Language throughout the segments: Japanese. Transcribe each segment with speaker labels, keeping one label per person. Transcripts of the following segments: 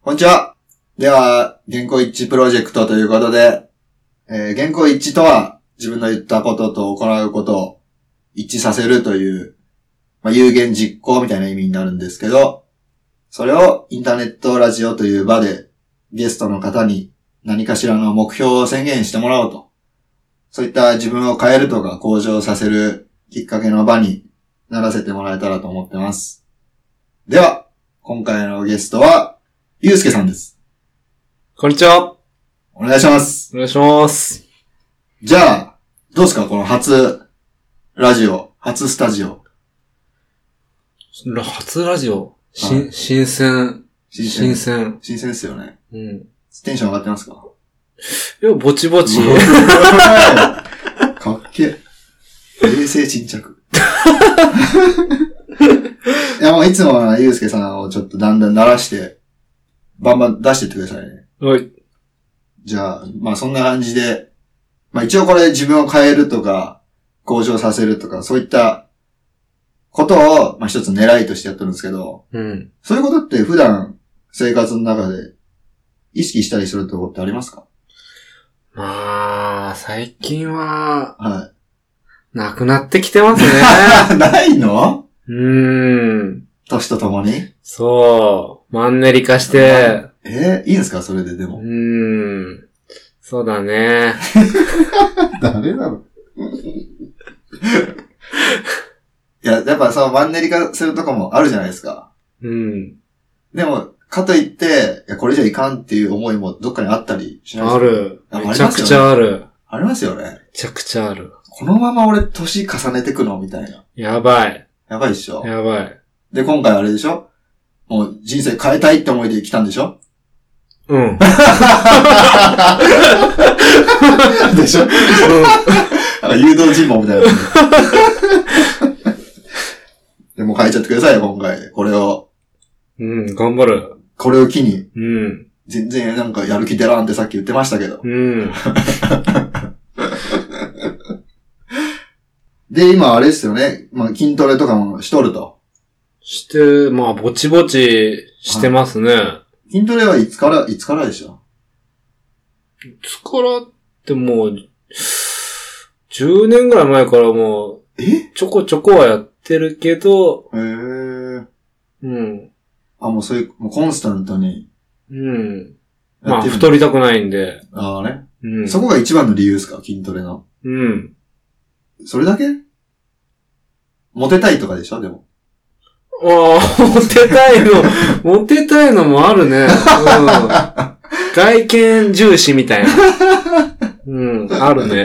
Speaker 1: こんにちは。では、原稿一致プロジェクトということで、えー原稿一致とは、自分の言ったことと行うことを一致させるという、まあ、有言実行みたいな意味になるんですけど、それをインターネットラジオという場で、ゲストの方に何かしらの目標を宣言してもらおうと。そういった自分を変えるとか向上させるきっかけの場にならせてもらえたらと思ってます。では、今回のゲストは、ゆうすけさんです。
Speaker 2: こんにちは。
Speaker 1: お願いします。
Speaker 2: お願いします。
Speaker 1: じゃあ、どうですかこの初、ラジオ、初スタジオ。
Speaker 2: ら初ラジオ。しん、新鮮。
Speaker 1: 新鮮
Speaker 2: 新。鮮。
Speaker 1: 新鮮ですよね。
Speaker 2: うん。
Speaker 1: テンション上がってますか
Speaker 2: いや、ぼちぼち。
Speaker 1: かっけえ。冷静沈着。いや、もういつもはゆうすけさんをちょっとだんだん鳴らして、バンバン出してってくださいね。
Speaker 2: はい。
Speaker 1: じゃあ、まあそんな感じで、まあ一応これ自分を変えるとか、向上させるとか、そういったことを、まあ一つ狙いとしてやってるんですけど、
Speaker 2: うん。
Speaker 1: そういうことって普段生活の中で意識したりするってことってありますか
Speaker 2: まあ、最近は、
Speaker 1: は
Speaker 2: なくなってきて ますね。
Speaker 1: い。 ないの
Speaker 2: うーん。
Speaker 1: 年とともに
Speaker 2: そう。マンネリ化して、
Speaker 1: えーいいんですかそれでで
Speaker 2: う
Speaker 1: も。
Speaker 2: ーん。そうだね。
Speaker 1: 誰だろういや、やっぱそのマンネリ化するとこもあるじゃないですか。
Speaker 2: うん。
Speaker 1: でも、かといって、いやこれじゃいかんっていう思いもどっかにあったりしないです
Speaker 2: あ
Speaker 1: か
Speaker 2: る。
Speaker 1: あ
Speaker 2: めちゃくちゃある。
Speaker 1: ありますよね
Speaker 2: め。ちゃくちゃある。
Speaker 1: このまま俺年重ねてくのみたいな。
Speaker 2: やばい。
Speaker 1: やばいっしょ。
Speaker 2: やばい。
Speaker 1: で、今回あれでしょもう人生変えたいって思いで来たんでしょ
Speaker 2: うん。
Speaker 1: でしょなんか誘導尋問みたいな。でも変えちゃってくださいよ、今回。これを、
Speaker 2: うん、頑張る。
Speaker 1: これを機に、
Speaker 2: うん。
Speaker 1: 全然なんかやる気出らんってさっき言ってましたけど。
Speaker 2: うん。
Speaker 1: で、今あれですよね。まあ筋トレとかもしとると。
Speaker 2: して、まあ、ぼちぼちしてますね。
Speaker 1: 筋トレはいつから、いつからでしょ
Speaker 2: いつからってもう、10年ぐらい前からもう、
Speaker 1: えへ
Speaker 2: ちょこちょこはやってるけど、
Speaker 1: ー。
Speaker 2: うん。
Speaker 1: あ、もうそういう、もうコンスタントに
Speaker 2: うん。
Speaker 1: や
Speaker 2: ま
Speaker 1: っ
Speaker 2: あ、
Speaker 1: てる。
Speaker 2: 太りたくないんで。
Speaker 1: ああね、
Speaker 2: うん。
Speaker 1: そこが一番の理由ですか筋トレの。
Speaker 2: うん。
Speaker 1: それだけモテたいとかでしょでも。
Speaker 2: ああ、モテたいの、モテたいのもあるね。うん。外見重視みたいな。うん、あるね。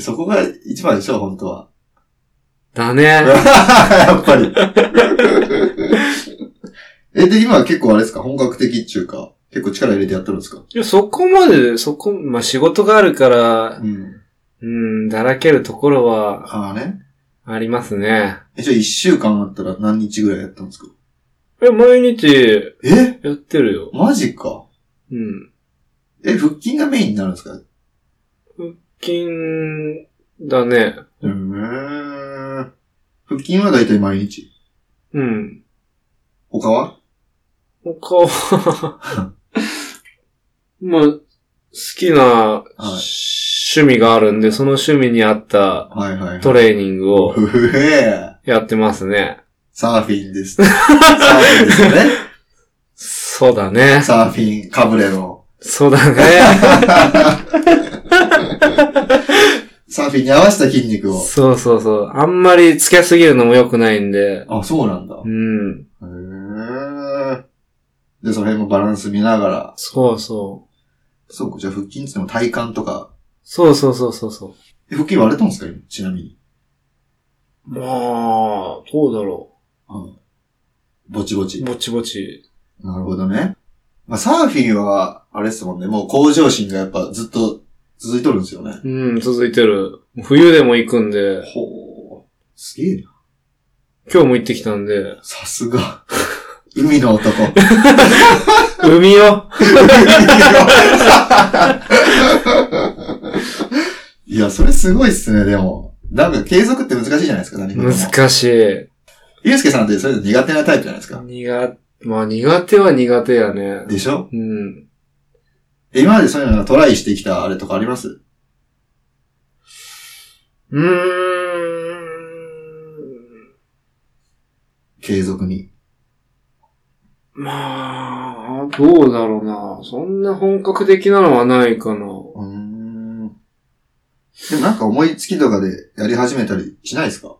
Speaker 1: そこが一番でしょ本当は。
Speaker 2: だ
Speaker 1: や
Speaker 2: ね。
Speaker 1: っぱり。 え、で、今は結構あれですか本格的っていうか、結構力入れてやってるんですか
Speaker 2: いやそこまで、そこ、まあ、仕事があるから、
Speaker 1: うん。
Speaker 2: うん、だらけるところは
Speaker 1: ああね。
Speaker 2: ありますね。
Speaker 1: え、じゃあ一週間あったら何日ぐらいやったんですか
Speaker 2: え、毎日
Speaker 1: え
Speaker 2: やってるよ。
Speaker 1: マジか。
Speaker 2: うん。
Speaker 1: え、腹筋がメインになるんですか
Speaker 2: 金だね。
Speaker 1: うーん。腹筋はだいたい毎日。
Speaker 2: うん。
Speaker 1: 他は
Speaker 2: 他は まあ、好きな趣味があるんで、その趣味に合った
Speaker 1: はいはいはい。
Speaker 2: トレーニングを
Speaker 1: うえ
Speaker 2: やってますね。
Speaker 1: サーフィンです。サーフィンですよね。
Speaker 2: そうだね。
Speaker 1: サーフィン、かぶれの。
Speaker 2: そうだね。
Speaker 1: サーフィンに合わせた筋肉を。
Speaker 2: そうそうそう。あんまりつけすぎるのも良くないんで。
Speaker 1: あ、そうなんだ。
Speaker 2: うん。
Speaker 1: へーで、その辺もバランス見ながら。
Speaker 2: そうそう。
Speaker 1: そうか、じゃあ腹筋ってっても体幹とか。
Speaker 2: そうそうそうそうそう。
Speaker 1: え腹筋割れたんですか今ちなみに。
Speaker 2: まあ、どうだろ
Speaker 1: うん。ぼちぼ
Speaker 2: う。
Speaker 1: ち。
Speaker 2: ぼちぼち。
Speaker 1: なるほどね。まあ、サーフィンは、あれですもんね。もう向上心がやっぱずっと続いとるんですよね。
Speaker 2: うん、続いてる。冬でも行くんで、
Speaker 1: ほー。すげえな。
Speaker 2: 今日も行ってきたんで、
Speaker 1: さすが。海の男。
Speaker 2: 海よ
Speaker 1: いや、それすごいっすね、でも。なんか継続って難しいじゃないですか、何事も
Speaker 2: 難しい。
Speaker 1: ゆうすけさんってそういうの苦手なタイプじゃないですか。
Speaker 2: 苦まあ苦手は苦手やね。
Speaker 1: でしょ
Speaker 2: うん。
Speaker 1: え今までそういうのがトライしてきたあれとかあります
Speaker 2: うーん。
Speaker 1: 継続に。
Speaker 2: まあ、どうだろうな。そんな本格的なのはないかな。
Speaker 1: うーん。でもなんか思いつきとかでやり始めたりしないですか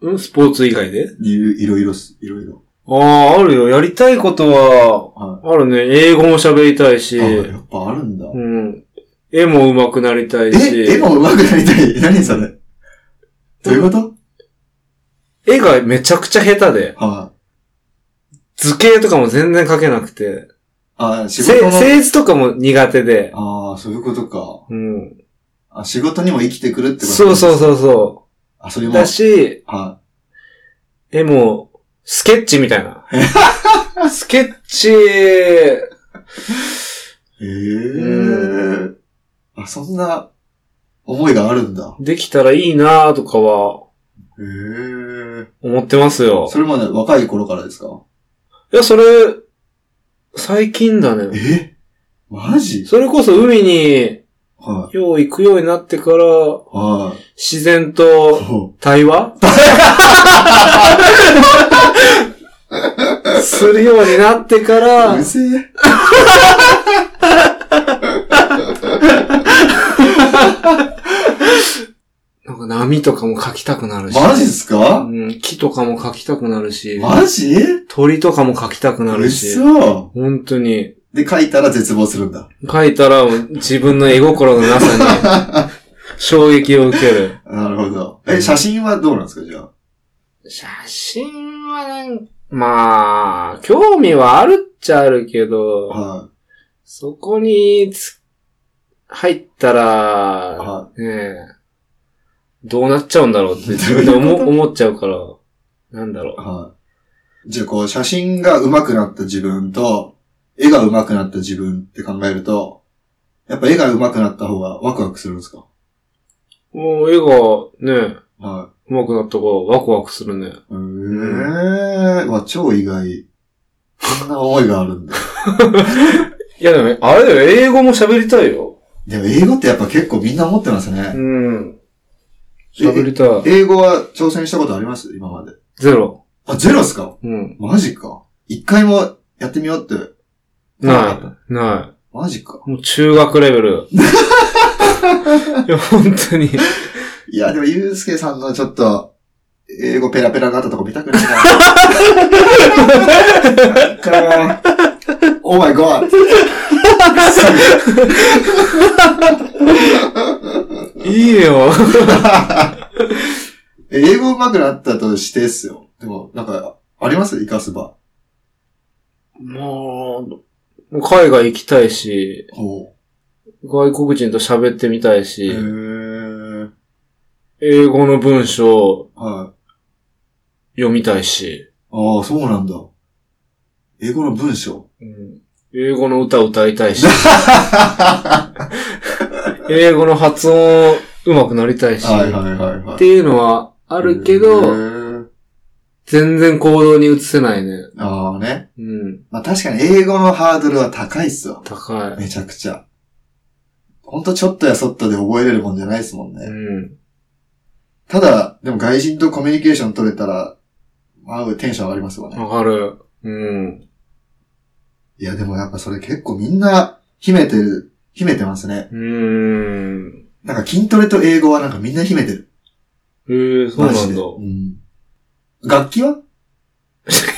Speaker 2: うんスポーツ以外で
Speaker 1: いろいろいろっす、いろいろ。
Speaker 2: ああ、あるよ。やりたいことは、
Speaker 1: は
Speaker 2: あるね。英語も喋りたいし
Speaker 1: い。あ、、やっぱあるんだ。
Speaker 2: うん。絵も上手くなりたいし、
Speaker 1: え、絵も上手くなりたい。何それどういうこと
Speaker 2: 絵がめちゃくちゃ下手で、
Speaker 1: はい。
Speaker 2: 図形とかも全然描けなくて、
Speaker 1: あ、仕
Speaker 2: せ
Speaker 1: 事の。
Speaker 2: 製図とかも苦手で、
Speaker 1: ああ、そういうことか。
Speaker 2: うん。
Speaker 1: あ、仕事にも生きてくるってこと
Speaker 2: そうそう
Speaker 1: う。
Speaker 2: そうそ
Speaker 1: あ、それ
Speaker 2: う。
Speaker 1: も。
Speaker 2: だし、
Speaker 1: は
Speaker 2: え、もう、スケッチみた いな。スケッチ、
Speaker 1: い。へえ。あ、そんな思いがあるんだ。
Speaker 2: できたらいいなとかは、
Speaker 1: へえ。
Speaker 2: 思ってますよ
Speaker 1: そ。れまで若い頃からですか
Speaker 2: いや、それ、最近だね。
Speaker 1: えマジ
Speaker 2: それこそ海に、
Speaker 1: は
Speaker 2: よう行くようになってから、
Speaker 1: い。は
Speaker 2: 自然
Speaker 1: い。
Speaker 2: と
Speaker 1: そ
Speaker 2: 対話するようになってか
Speaker 1: う。
Speaker 2: ら
Speaker 1: う、ぜえ。
Speaker 2: なんか波とかも描きたくなるし。
Speaker 1: マジっすか
Speaker 2: うん、木とかも描きたくなるし、
Speaker 1: マジ
Speaker 2: 鳥とかも描きたくなるし。
Speaker 1: 嘘
Speaker 2: 本当に。
Speaker 1: で、書いたら絶望するんだ。
Speaker 2: 書いたら自分の絵心のなさ に衝撃を受ける。
Speaker 1: なるほど。え、写真はどうなんですかじゃあ。
Speaker 2: 写真はなんまあ、興味はあるっちゃあるけど、
Speaker 1: は
Speaker 2: そこにつ入ったら
Speaker 1: は、
Speaker 2: ねえ、どうなっちゃうんだろうって自分で思思っちゃうから、なんだろ
Speaker 1: い。はい。じゃあ、こう、写真が上手くなった自分と、絵が上手くなった自分って考えると、やっぱ絵が上手くなった方がワクワクするんですか
Speaker 2: う。もう絵がね、
Speaker 1: は
Speaker 2: 上手くなったからワクワクするね。
Speaker 1: い。えー、わ、超意外。こんな思いがあるんだ。
Speaker 2: いやでも、あれだよ、英語も喋りたいよ。
Speaker 1: でも、英語ってやっぱ結構みんな思ってますね。
Speaker 2: うん。喋りたい。
Speaker 1: 英語は挑戦したことあります今まで。
Speaker 2: ゼロ。
Speaker 1: あ、ゼロっすか
Speaker 2: うん。
Speaker 1: マジか。一回もやってみようって。
Speaker 2: ない。な
Speaker 1: マジか。
Speaker 2: い。もう中学レベ ル。いや、本当に。
Speaker 1: いや、でも、ゆうすけさんのちょっと、英語ペラペラになったとこ見たくないな。オーマイゴー
Speaker 2: いいよ。
Speaker 1: 英語上手くなったとしてっすよ。でも、なんか、あります生かす場。
Speaker 2: もう、海外行きたいし、
Speaker 1: ほ。
Speaker 2: 外国人と喋ってみたいう
Speaker 1: へ
Speaker 2: し、
Speaker 1: ー。
Speaker 2: 英語の文章
Speaker 1: はい。
Speaker 2: 読みたいし、
Speaker 1: ああ、そうなんだ。英語の文章。
Speaker 2: うん英語の歌を歌いたいし、英語の発音上手くなりたいし、
Speaker 1: はいはいはいはい。
Speaker 2: っていうのはあ
Speaker 1: あ
Speaker 2: るけど、全然行動に移せないね。
Speaker 1: ああね。
Speaker 2: うん。
Speaker 1: まあ確かに英語のハードルは高いっすわ。
Speaker 2: 高い。
Speaker 1: めちゃくちゃ。ほんとちょっとやそっとで覚えれるもんじゃないですもん
Speaker 2: う
Speaker 1: ね。
Speaker 2: ん。
Speaker 1: ただ、でも外人とコミュニケーション取れたら、まあ、テンション上がりますよね。
Speaker 2: わかる。うん。
Speaker 1: いや、でもやっぱそれ結構みんな、秘めてる、秘めてますね。
Speaker 2: うーん。
Speaker 1: なんか筋トレと英語はなんかみんな秘めてる。
Speaker 2: えー、そう
Speaker 1: マジで
Speaker 2: な
Speaker 1: うん楽器は
Speaker 2: んだ。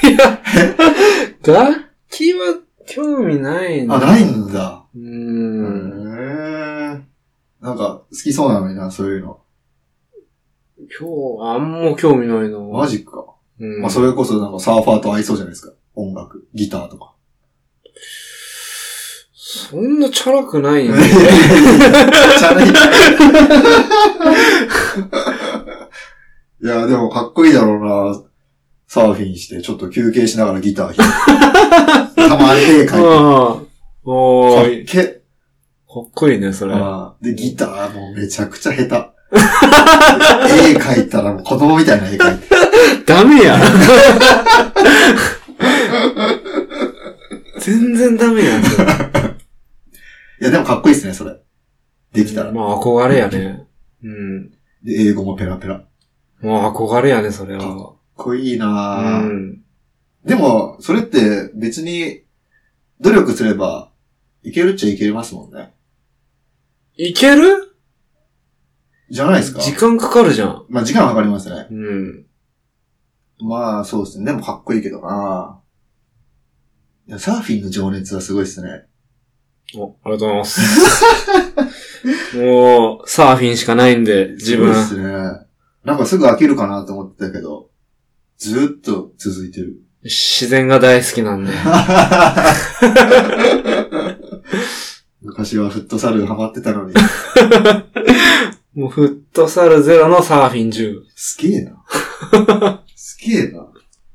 Speaker 2: いや、 楽器は興味ない
Speaker 1: あ、ないんだ。
Speaker 2: うー
Speaker 1: へ
Speaker 2: ん。
Speaker 1: ーなんか、好きそうなのにな、そういうの。
Speaker 2: 今日、あんま興味ないな。
Speaker 1: マジか。
Speaker 2: うん。
Speaker 1: まあ、それこそなんかサーファーと合いそうじゃないですか。音楽、ギターとか。
Speaker 2: そんなチャラくない
Speaker 1: い
Speaker 2: ね
Speaker 1: やいやいやチャラいいや、でもかっこいいだろうな。サーフィンして、ちょっと休憩しながらギター弾いて。たまに絵描いて。か
Speaker 2: ああ。おー
Speaker 1: っ
Speaker 2: い。
Speaker 1: け。
Speaker 2: かっこいいね、それ。
Speaker 1: あーで、ギターもうめちゃくちゃ下 手。絵描いたらもう子供みたいな絵描いて。
Speaker 2: ダメや。全然ダメやん。それ
Speaker 1: いや、でもかっこいいっすね、それ。できたら。
Speaker 2: まあ憧れやね。うん。
Speaker 1: で、英語もペラペラ。かっ
Speaker 2: まあ憧れやね、それは。
Speaker 1: こいいうなぁ
Speaker 2: ん。
Speaker 1: でも、それって別に、努力すれば、いけるっちゃいけますもんね。
Speaker 2: いける
Speaker 1: じゃないですか
Speaker 2: 時間かかるじゃん。
Speaker 1: まあ、時間はかかりますね。
Speaker 2: うん。
Speaker 1: まあ、そうですね。でもかっこいいけどなぁいやサーフィンの情熱はすごいっすね。
Speaker 2: お、ありがとうございます。 もう、サーフィンしかないんで、自分。
Speaker 1: すごいっすね。なんかすぐ飽きるかなと思ってたけど、ずーっと続いてる。
Speaker 2: 自然が大好きなんで。
Speaker 1: 昔はフットサルハマってたのに。
Speaker 2: もう、フットサルゼロのサーフィン10。
Speaker 1: すげえな。すげえな。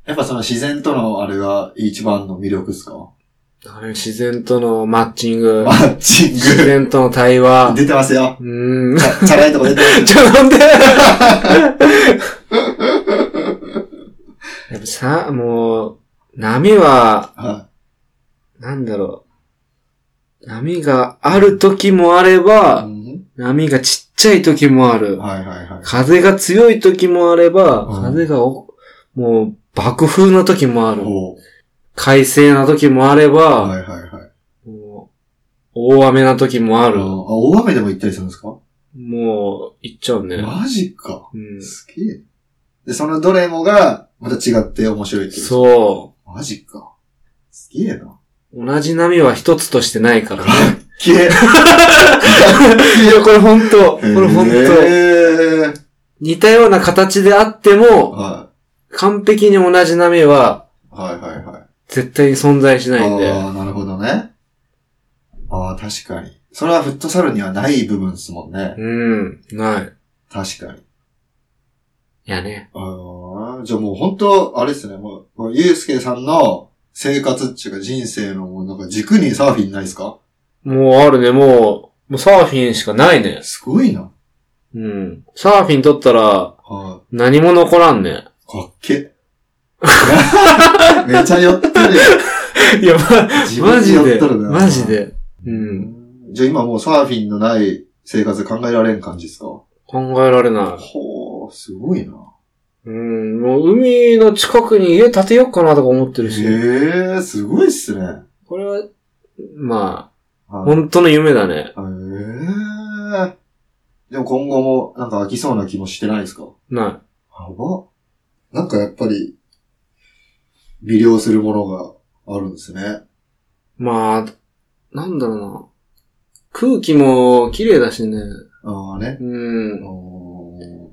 Speaker 1: やっぱその自然とのあれが一番の魅力ですか
Speaker 2: あれ自然とのマッチング
Speaker 1: マ。ッチン
Speaker 2: 自然との対話
Speaker 1: グ。。出てますよ。
Speaker 2: うーん。
Speaker 1: チャチャラいとこ出てます。
Speaker 2: ちょ、なんで やっぱさ、もう、波は、
Speaker 1: は
Speaker 2: なんだろう。波がある時もあれ
Speaker 1: い。う
Speaker 2: ば、
Speaker 1: ん
Speaker 2: 波がちっちゃい時もある。
Speaker 1: はいはいはい。
Speaker 2: 風が強い時もあれば、
Speaker 1: うん
Speaker 2: 風がお、もう、爆風な時もある。
Speaker 1: おう
Speaker 2: 快晴な時もあれば、
Speaker 1: はいはいはい。
Speaker 2: もう、大雨な時もあ
Speaker 1: あ
Speaker 2: る。
Speaker 1: 大雨でも行ったりするんですか
Speaker 2: もう、行っちゃうね。
Speaker 1: マジか。
Speaker 2: うん。
Speaker 1: すげえ。で、そのどれもが、また違って面白いっていう。
Speaker 2: そ
Speaker 1: マジか。すげえな。
Speaker 2: う。同じ波は一つとしてないからね。
Speaker 1: けえ。
Speaker 2: いや、これほんと。こ
Speaker 1: え
Speaker 2: れほんと。
Speaker 1: えー
Speaker 2: 似たような形であっても、
Speaker 1: は。
Speaker 2: 完璧に同じ波はい
Speaker 1: はいはいはい。
Speaker 2: 絶対に存在しないんで。
Speaker 1: ああ、なるほどね。ああ、確かに。それはフットサルにはない部分ですもんね。
Speaker 2: うん。ない。
Speaker 1: 確かに。
Speaker 2: いやね。
Speaker 1: ああ、じゃあもう本当、あれですね、もう、もうゆうすけさんの生活っていうか人生のもうなんか軸にサーフィンないですか
Speaker 2: もうあるね、もう、もうサーフィンしかないね。
Speaker 1: すごいな。
Speaker 2: うん。サーフィン取ったら、
Speaker 1: は
Speaker 2: 何も残らんね。
Speaker 1: い。かっけ。 めちゃ寄ってるよ。
Speaker 2: いや、ま、
Speaker 1: 自
Speaker 2: マ
Speaker 1: 分
Speaker 2: ジ
Speaker 1: 寄
Speaker 2: で
Speaker 1: っとる、な。
Speaker 2: マジ。で。うん。
Speaker 1: じゃあ今もうサーフィンのない生活考えられん感じですか
Speaker 2: 考えられない。
Speaker 1: ほー、すごいな。
Speaker 2: うん、もう海の近くに家建てようかなとか思ってるし。
Speaker 1: へえ、すごいっすね。
Speaker 2: これは、まあ、
Speaker 1: はい
Speaker 2: 本当の夢だね。
Speaker 1: へえ。でも今後もなんか飽きそうな気もしてないですかや
Speaker 2: な
Speaker 1: ば。なんかやっぱり、魅了するものがあるんですね。
Speaker 2: い。まあ、なんだろうな。空気も綺麗だしね。
Speaker 1: ああね。
Speaker 2: うん。
Speaker 1: おー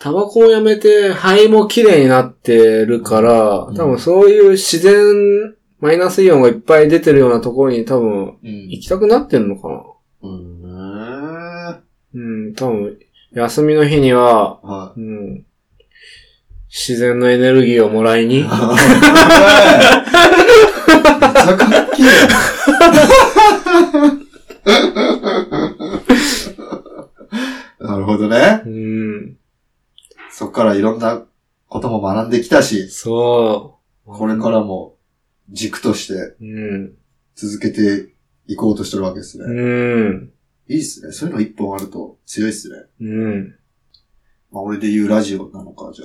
Speaker 2: タバコをやめて肺も綺麗になってるから、
Speaker 1: うん
Speaker 2: 多分そういう自然マイナスイオンがいっぱい出てるようなところに多分
Speaker 1: うん
Speaker 2: 行きたくなってんのかな。
Speaker 1: うん。は
Speaker 2: うん、多分休みの日には、うん、自然のエネルギーをもらい
Speaker 1: い。
Speaker 2: に
Speaker 1: めっち。ゃかっけえ。なるほどね。
Speaker 2: うん、
Speaker 1: そこからいろんなことも学んできたし、
Speaker 2: そう。
Speaker 1: これからも軸として
Speaker 2: うん。
Speaker 1: 続けていこうとしてるわけですね。
Speaker 2: うん。
Speaker 1: いいっすね。そういうの一本あると強いっすね。
Speaker 2: うん。
Speaker 1: まあ俺で言うラジオなのか、じゃ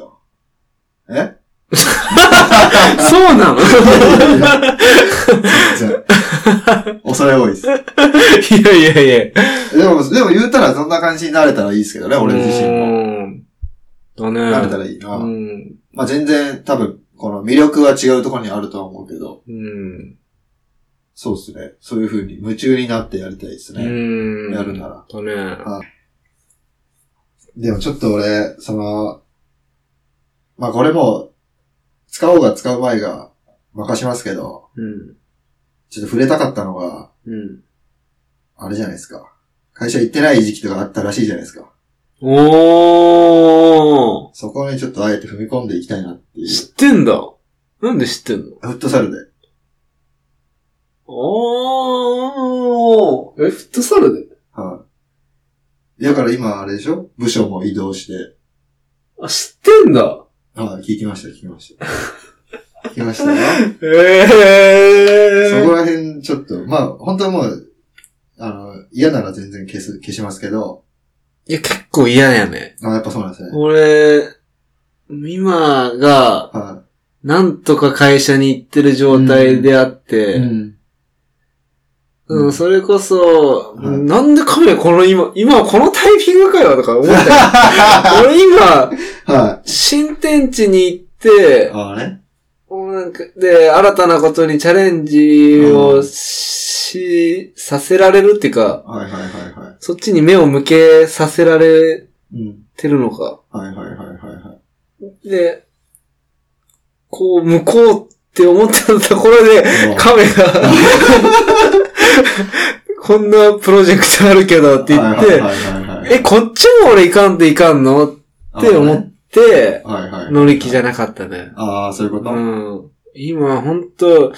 Speaker 1: あ。 え
Speaker 2: そうなの
Speaker 1: 全然。恐れ多いっす。
Speaker 2: いやいやいや。
Speaker 1: でも、でも言うたらそんな感じになれたらいいっすけどね、俺自身も。
Speaker 2: も。だね。
Speaker 1: なれたらいいな。
Speaker 2: うん。
Speaker 1: まあ全然多分、この魅力は違うところにあるとは思うけど、
Speaker 2: うん。
Speaker 1: そうっすね。そういう風に夢中になってやりたいです
Speaker 2: う
Speaker 1: ね。
Speaker 2: ん。
Speaker 1: やるなら。
Speaker 2: だね。
Speaker 1: でもちょっと俺、その、まあこれも、使おうが使う前が任しますけど、
Speaker 2: うん。
Speaker 1: ちょっと触れたかったのが、
Speaker 2: うん。
Speaker 1: あれじゃないですか。会社行ってない時期とかあったらしいじゃないですか。
Speaker 2: おー
Speaker 1: そこにちょっとあえて踏み込んでいきたいなっていう。
Speaker 2: 知ってんだ。なんで知ってんの
Speaker 1: フットサルで。
Speaker 2: おーえ、フットサルで
Speaker 1: はい。だから今あれでしょ部署も移動して。
Speaker 2: あ、知ってんだ。
Speaker 1: はい、聞きました、聞きました。きました よ。
Speaker 2: ええ
Speaker 1: そこら辺、ちょっと、まあ、本当はもう、あの、嫌なら全然消す、消しますけど、
Speaker 2: いや、結構嫌やね。
Speaker 1: あやっぱそうなんですね。
Speaker 2: 俺、今が、
Speaker 1: は
Speaker 2: なんとか会社に行ってる状態であっ
Speaker 1: い。
Speaker 2: て、うん
Speaker 1: ん。
Speaker 2: それこそ、
Speaker 1: はい
Speaker 2: なんでカメこの今、今このタイミングかよとか思 ったよ俺今、
Speaker 1: は
Speaker 2: 新天地に行って
Speaker 1: い。、ああね。
Speaker 2: もうなんかで、新たなことにチャレンジをし、させられるっていうか、
Speaker 1: はいはいはいは
Speaker 2: そっちに目を向けさせられ
Speaker 1: い。うん。
Speaker 2: てるのか。
Speaker 1: はいはいはいはいはい。
Speaker 2: で、こう、向こうって思ってたところで、亀が、 こんなプロジェクトあるけどって言っ
Speaker 1: はい
Speaker 2: て、
Speaker 1: はいはいはい、
Speaker 2: え、こっちも俺いかんでいかんのっ
Speaker 1: って
Speaker 2: 思って、
Speaker 1: はいはい。
Speaker 2: 乗り気じゃなかったね。
Speaker 1: ああ、そういうこと、
Speaker 2: う
Speaker 1: うん
Speaker 2: ん。今、ほんと、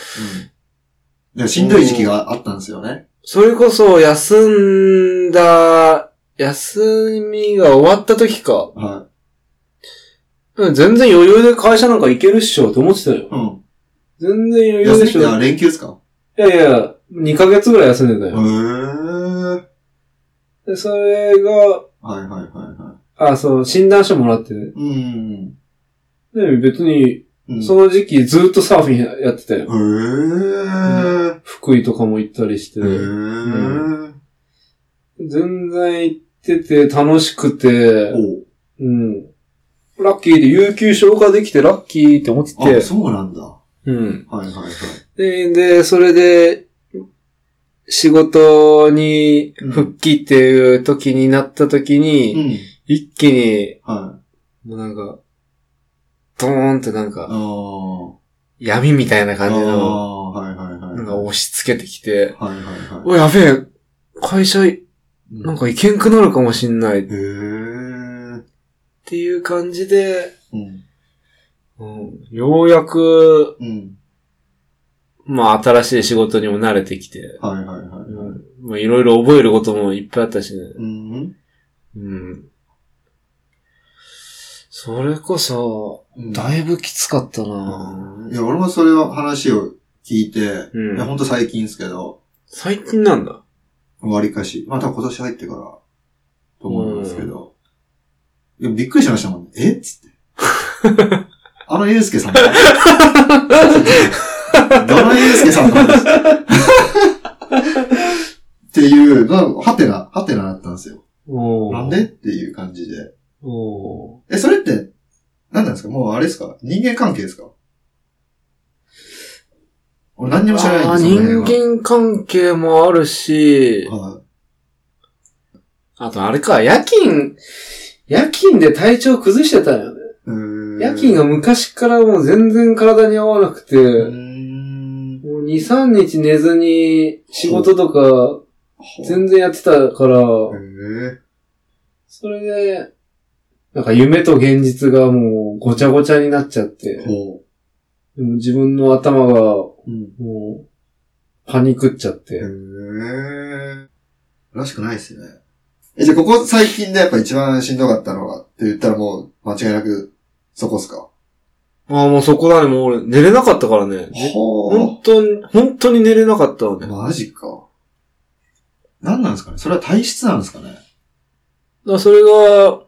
Speaker 1: でもしんどい時期があったんですよね。
Speaker 2: それこそ休んだ、休みが終わった時か。
Speaker 1: は
Speaker 2: うん全然余裕で会社なんか行けるっしょって思ってたよ
Speaker 1: い。。うん。
Speaker 2: 全然余裕
Speaker 1: 休み
Speaker 2: で
Speaker 1: っ
Speaker 2: してょ。
Speaker 1: のは連休ですか
Speaker 2: いやいや、2ヶ月ぐらい休んで
Speaker 1: へ
Speaker 2: た
Speaker 1: え。
Speaker 2: よ。
Speaker 1: はい
Speaker 2: で、それが、
Speaker 1: はいはいは
Speaker 2: あ、そう、診断書もらってね。
Speaker 1: い。うん。
Speaker 2: で、別に、
Speaker 1: うん、
Speaker 2: その時期ずっとサーフィンやってたよ。
Speaker 1: へえ。
Speaker 2: 福井とかも行ったりして
Speaker 1: へ。え。
Speaker 2: 全然行ってて楽しくて、
Speaker 1: お
Speaker 2: うん。ラッキーで有給消化できてラッキーって思って
Speaker 1: あ、
Speaker 2: て、
Speaker 1: そうなんだ。は
Speaker 2: う
Speaker 1: い
Speaker 2: ん。
Speaker 1: はいはい。
Speaker 2: で、で、それで、仕事に復帰っていう時になった時に、
Speaker 1: うん。
Speaker 2: 一気に
Speaker 1: はい。
Speaker 2: もうなんか、ドーンってなん
Speaker 1: あ
Speaker 2: か、
Speaker 1: ー
Speaker 2: 闇みたいな
Speaker 1: あー。
Speaker 2: 感じの、
Speaker 1: はいはいはい。
Speaker 2: なんか押し付けてきて、
Speaker 1: はいはいは
Speaker 2: おい、やべえ、会社、
Speaker 1: い。
Speaker 2: なんか行けんくなるかもしんないっ
Speaker 1: へえ。
Speaker 2: ていう感じで、
Speaker 1: うん。
Speaker 2: うん、ようやく、
Speaker 1: うん。
Speaker 2: まあ、新しい仕事にも慣れてきて、
Speaker 1: はいはいは
Speaker 2: う
Speaker 1: いはい。
Speaker 2: んまあ、いろいろ覚えることもいっぱいあったしね。
Speaker 1: うん。
Speaker 2: うん。それこそ、
Speaker 1: うん
Speaker 2: だいぶきつかったな、
Speaker 1: いや、俺もそれを話を聞いて、
Speaker 2: うん
Speaker 1: いや、ほんと最近ですけど、
Speaker 2: 最近なんだ。
Speaker 1: わりかし、まあ、多分今年入ってから、と思うんですけど、いや、びっくりしましたもんね。えっつって。 あの、ゆうすけさんだ。どのゆうすけさんの話っていう、なんかはてな、はてなだったんですよ。
Speaker 2: おー
Speaker 1: なんでっていう感じで。
Speaker 2: おー
Speaker 1: え、それって、何なんですかもうあれですか人間関係ですか俺何にも知らないん
Speaker 2: あ
Speaker 1: ですその
Speaker 2: ー
Speaker 1: 辺は
Speaker 2: 人間関係もあるし、
Speaker 1: はい。
Speaker 2: あとあれか、夜勤、夜勤で体調崩してたよね。夜
Speaker 1: 夜
Speaker 2: 勤が昔からもう全然体に合わなくて、
Speaker 1: うーん。
Speaker 2: もう2、3日寝ずに仕事とか
Speaker 1: へ
Speaker 2: 全然やってたから、
Speaker 1: え
Speaker 2: それで、なんか夢と現実がもうごちゃごちゃになっちゃって、
Speaker 1: ほ
Speaker 2: でも自分の頭がも
Speaker 1: う。うん。
Speaker 2: うパニクっちゃって。
Speaker 1: へえらしくないっすね。え、じゃあここ最近でやっぱ一番しんどかったのはって言ったらもう間違いなくそこっすか。
Speaker 2: ああ、もうそこだね、もう俺寝れなかったからね
Speaker 1: ほ
Speaker 2: 本当に、本当に寝れなかったわね。
Speaker 1: う。
Speaker 2: だか
Speaker 1: マジか。何なんですかねそれは体質なんですかね
Speaker 2: らそれが、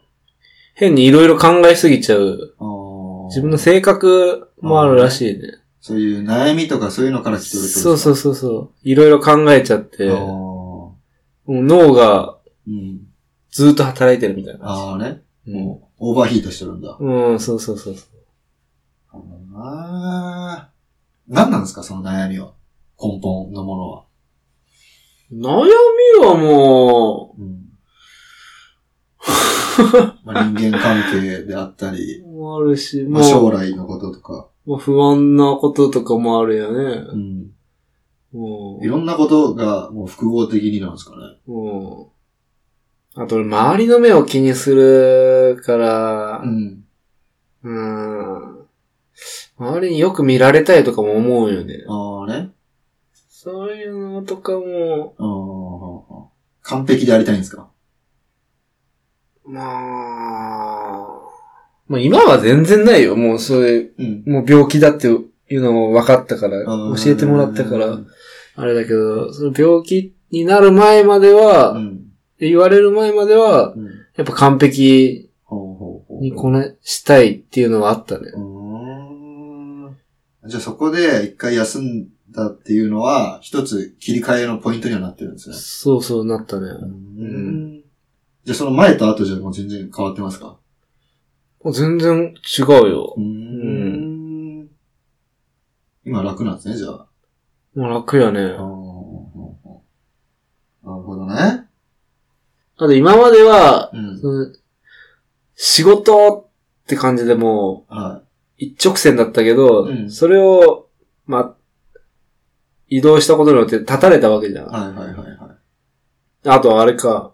Speaker 2: 変にいろいろ考えすぎちゃう。
Speaker 1: あー
Speaker 2: 自分の性格もあるらしいね。
Speaker 1: そういう悩みとかそういうのから来てるって
Speaker 2: そうそううそうそう。いろいろ考えちゃって、
Speaker 1: あ
Speaker 2: も
Speaker 1: ー
Speaker 2: う脳が
Speaker 1: うん。
Speaker 2: ずっと働いてるみたいな感
Speaker 1: ああね。
Speaker 2: じ。うん
Speaker 1: もう、オーバーヒートしてるんだ。
Speaker 2: うん、そうそうそうそう。
Speaker 1: ああ。何なんですか、その悩みは。根本のものは。
Speaker 2: 悩みはも
Speaker 1: うん。 まあ人間関係であったり、
Speaker 2: う、もあるし、
Speaker 1: まあ、将
Speaker 2: も
Speaker 1: 来のこととか、
Speaker 2: う、もう不安なこととかもあるよね。
Speaker 1: うん。
Speaker 2: も
Speaker 1: いろんなことがもう複合的になんですかね。
Speaker 2: う、もう。あと俺、周りの目を気にするから、
Speaker 1: ん。
Speaker 2: うーん。周りによく見られたいとかも思うよね。
Speaker 1: ああね。
Speaker 2: そういうのとかも、
Speaker 1: あー完璧でありたいんですか
Speaker 2: まあ、まあ今は全然ないよ。もうそれ、
Speaker 1: うん。
Speaker 2: もう病気だっていうのも分かったから、
Speaker 1: うん
Speaker 2: 教えてもらったから、
Speaker 1: うん
Speaker 2: あれだけど、その病気になる前まで
Speaker 1: う
Speaker 2: は、
Speaker 1: ん。
Speaker 2: 言われる前までは、
Speaker 1: うん
Speaker 2: やっぱ完璧
Speaker 1: ほうほうほう。
Speaker 2: にこねしたいっていうのはあったね。
Speaker 1: うーんじゃあそこで一回休んだっていうのは、一つ切り替えのポイントにはなってるんですね。
Speaker 2: そうそうなったね。
Speaker 1: うんじゃあその前と後じゃもう全然変わってますか
Speaker 2: もう全然違うよ。
Speaker 1: うーん。今楽なんですね、じゃあ。
Speaker 2: もう楽やね。
Speaker 1: なるほどね。
Speaker 2: あと今までは、
Speaker 1: うん。
Speaker 2: その仕事って感じでもう、
Speaker 1: は
Speaker 2: 一直線だったけど、
Speaker 1: うん
Speaker 2: それを、まあ、移動したことによって立たれたわけじゃ
Speaker 1: い。
Speaker 2: ん。
Speaker 1: はいはいはいは
Speaker 2: あとあれか、
Speaker 1: うん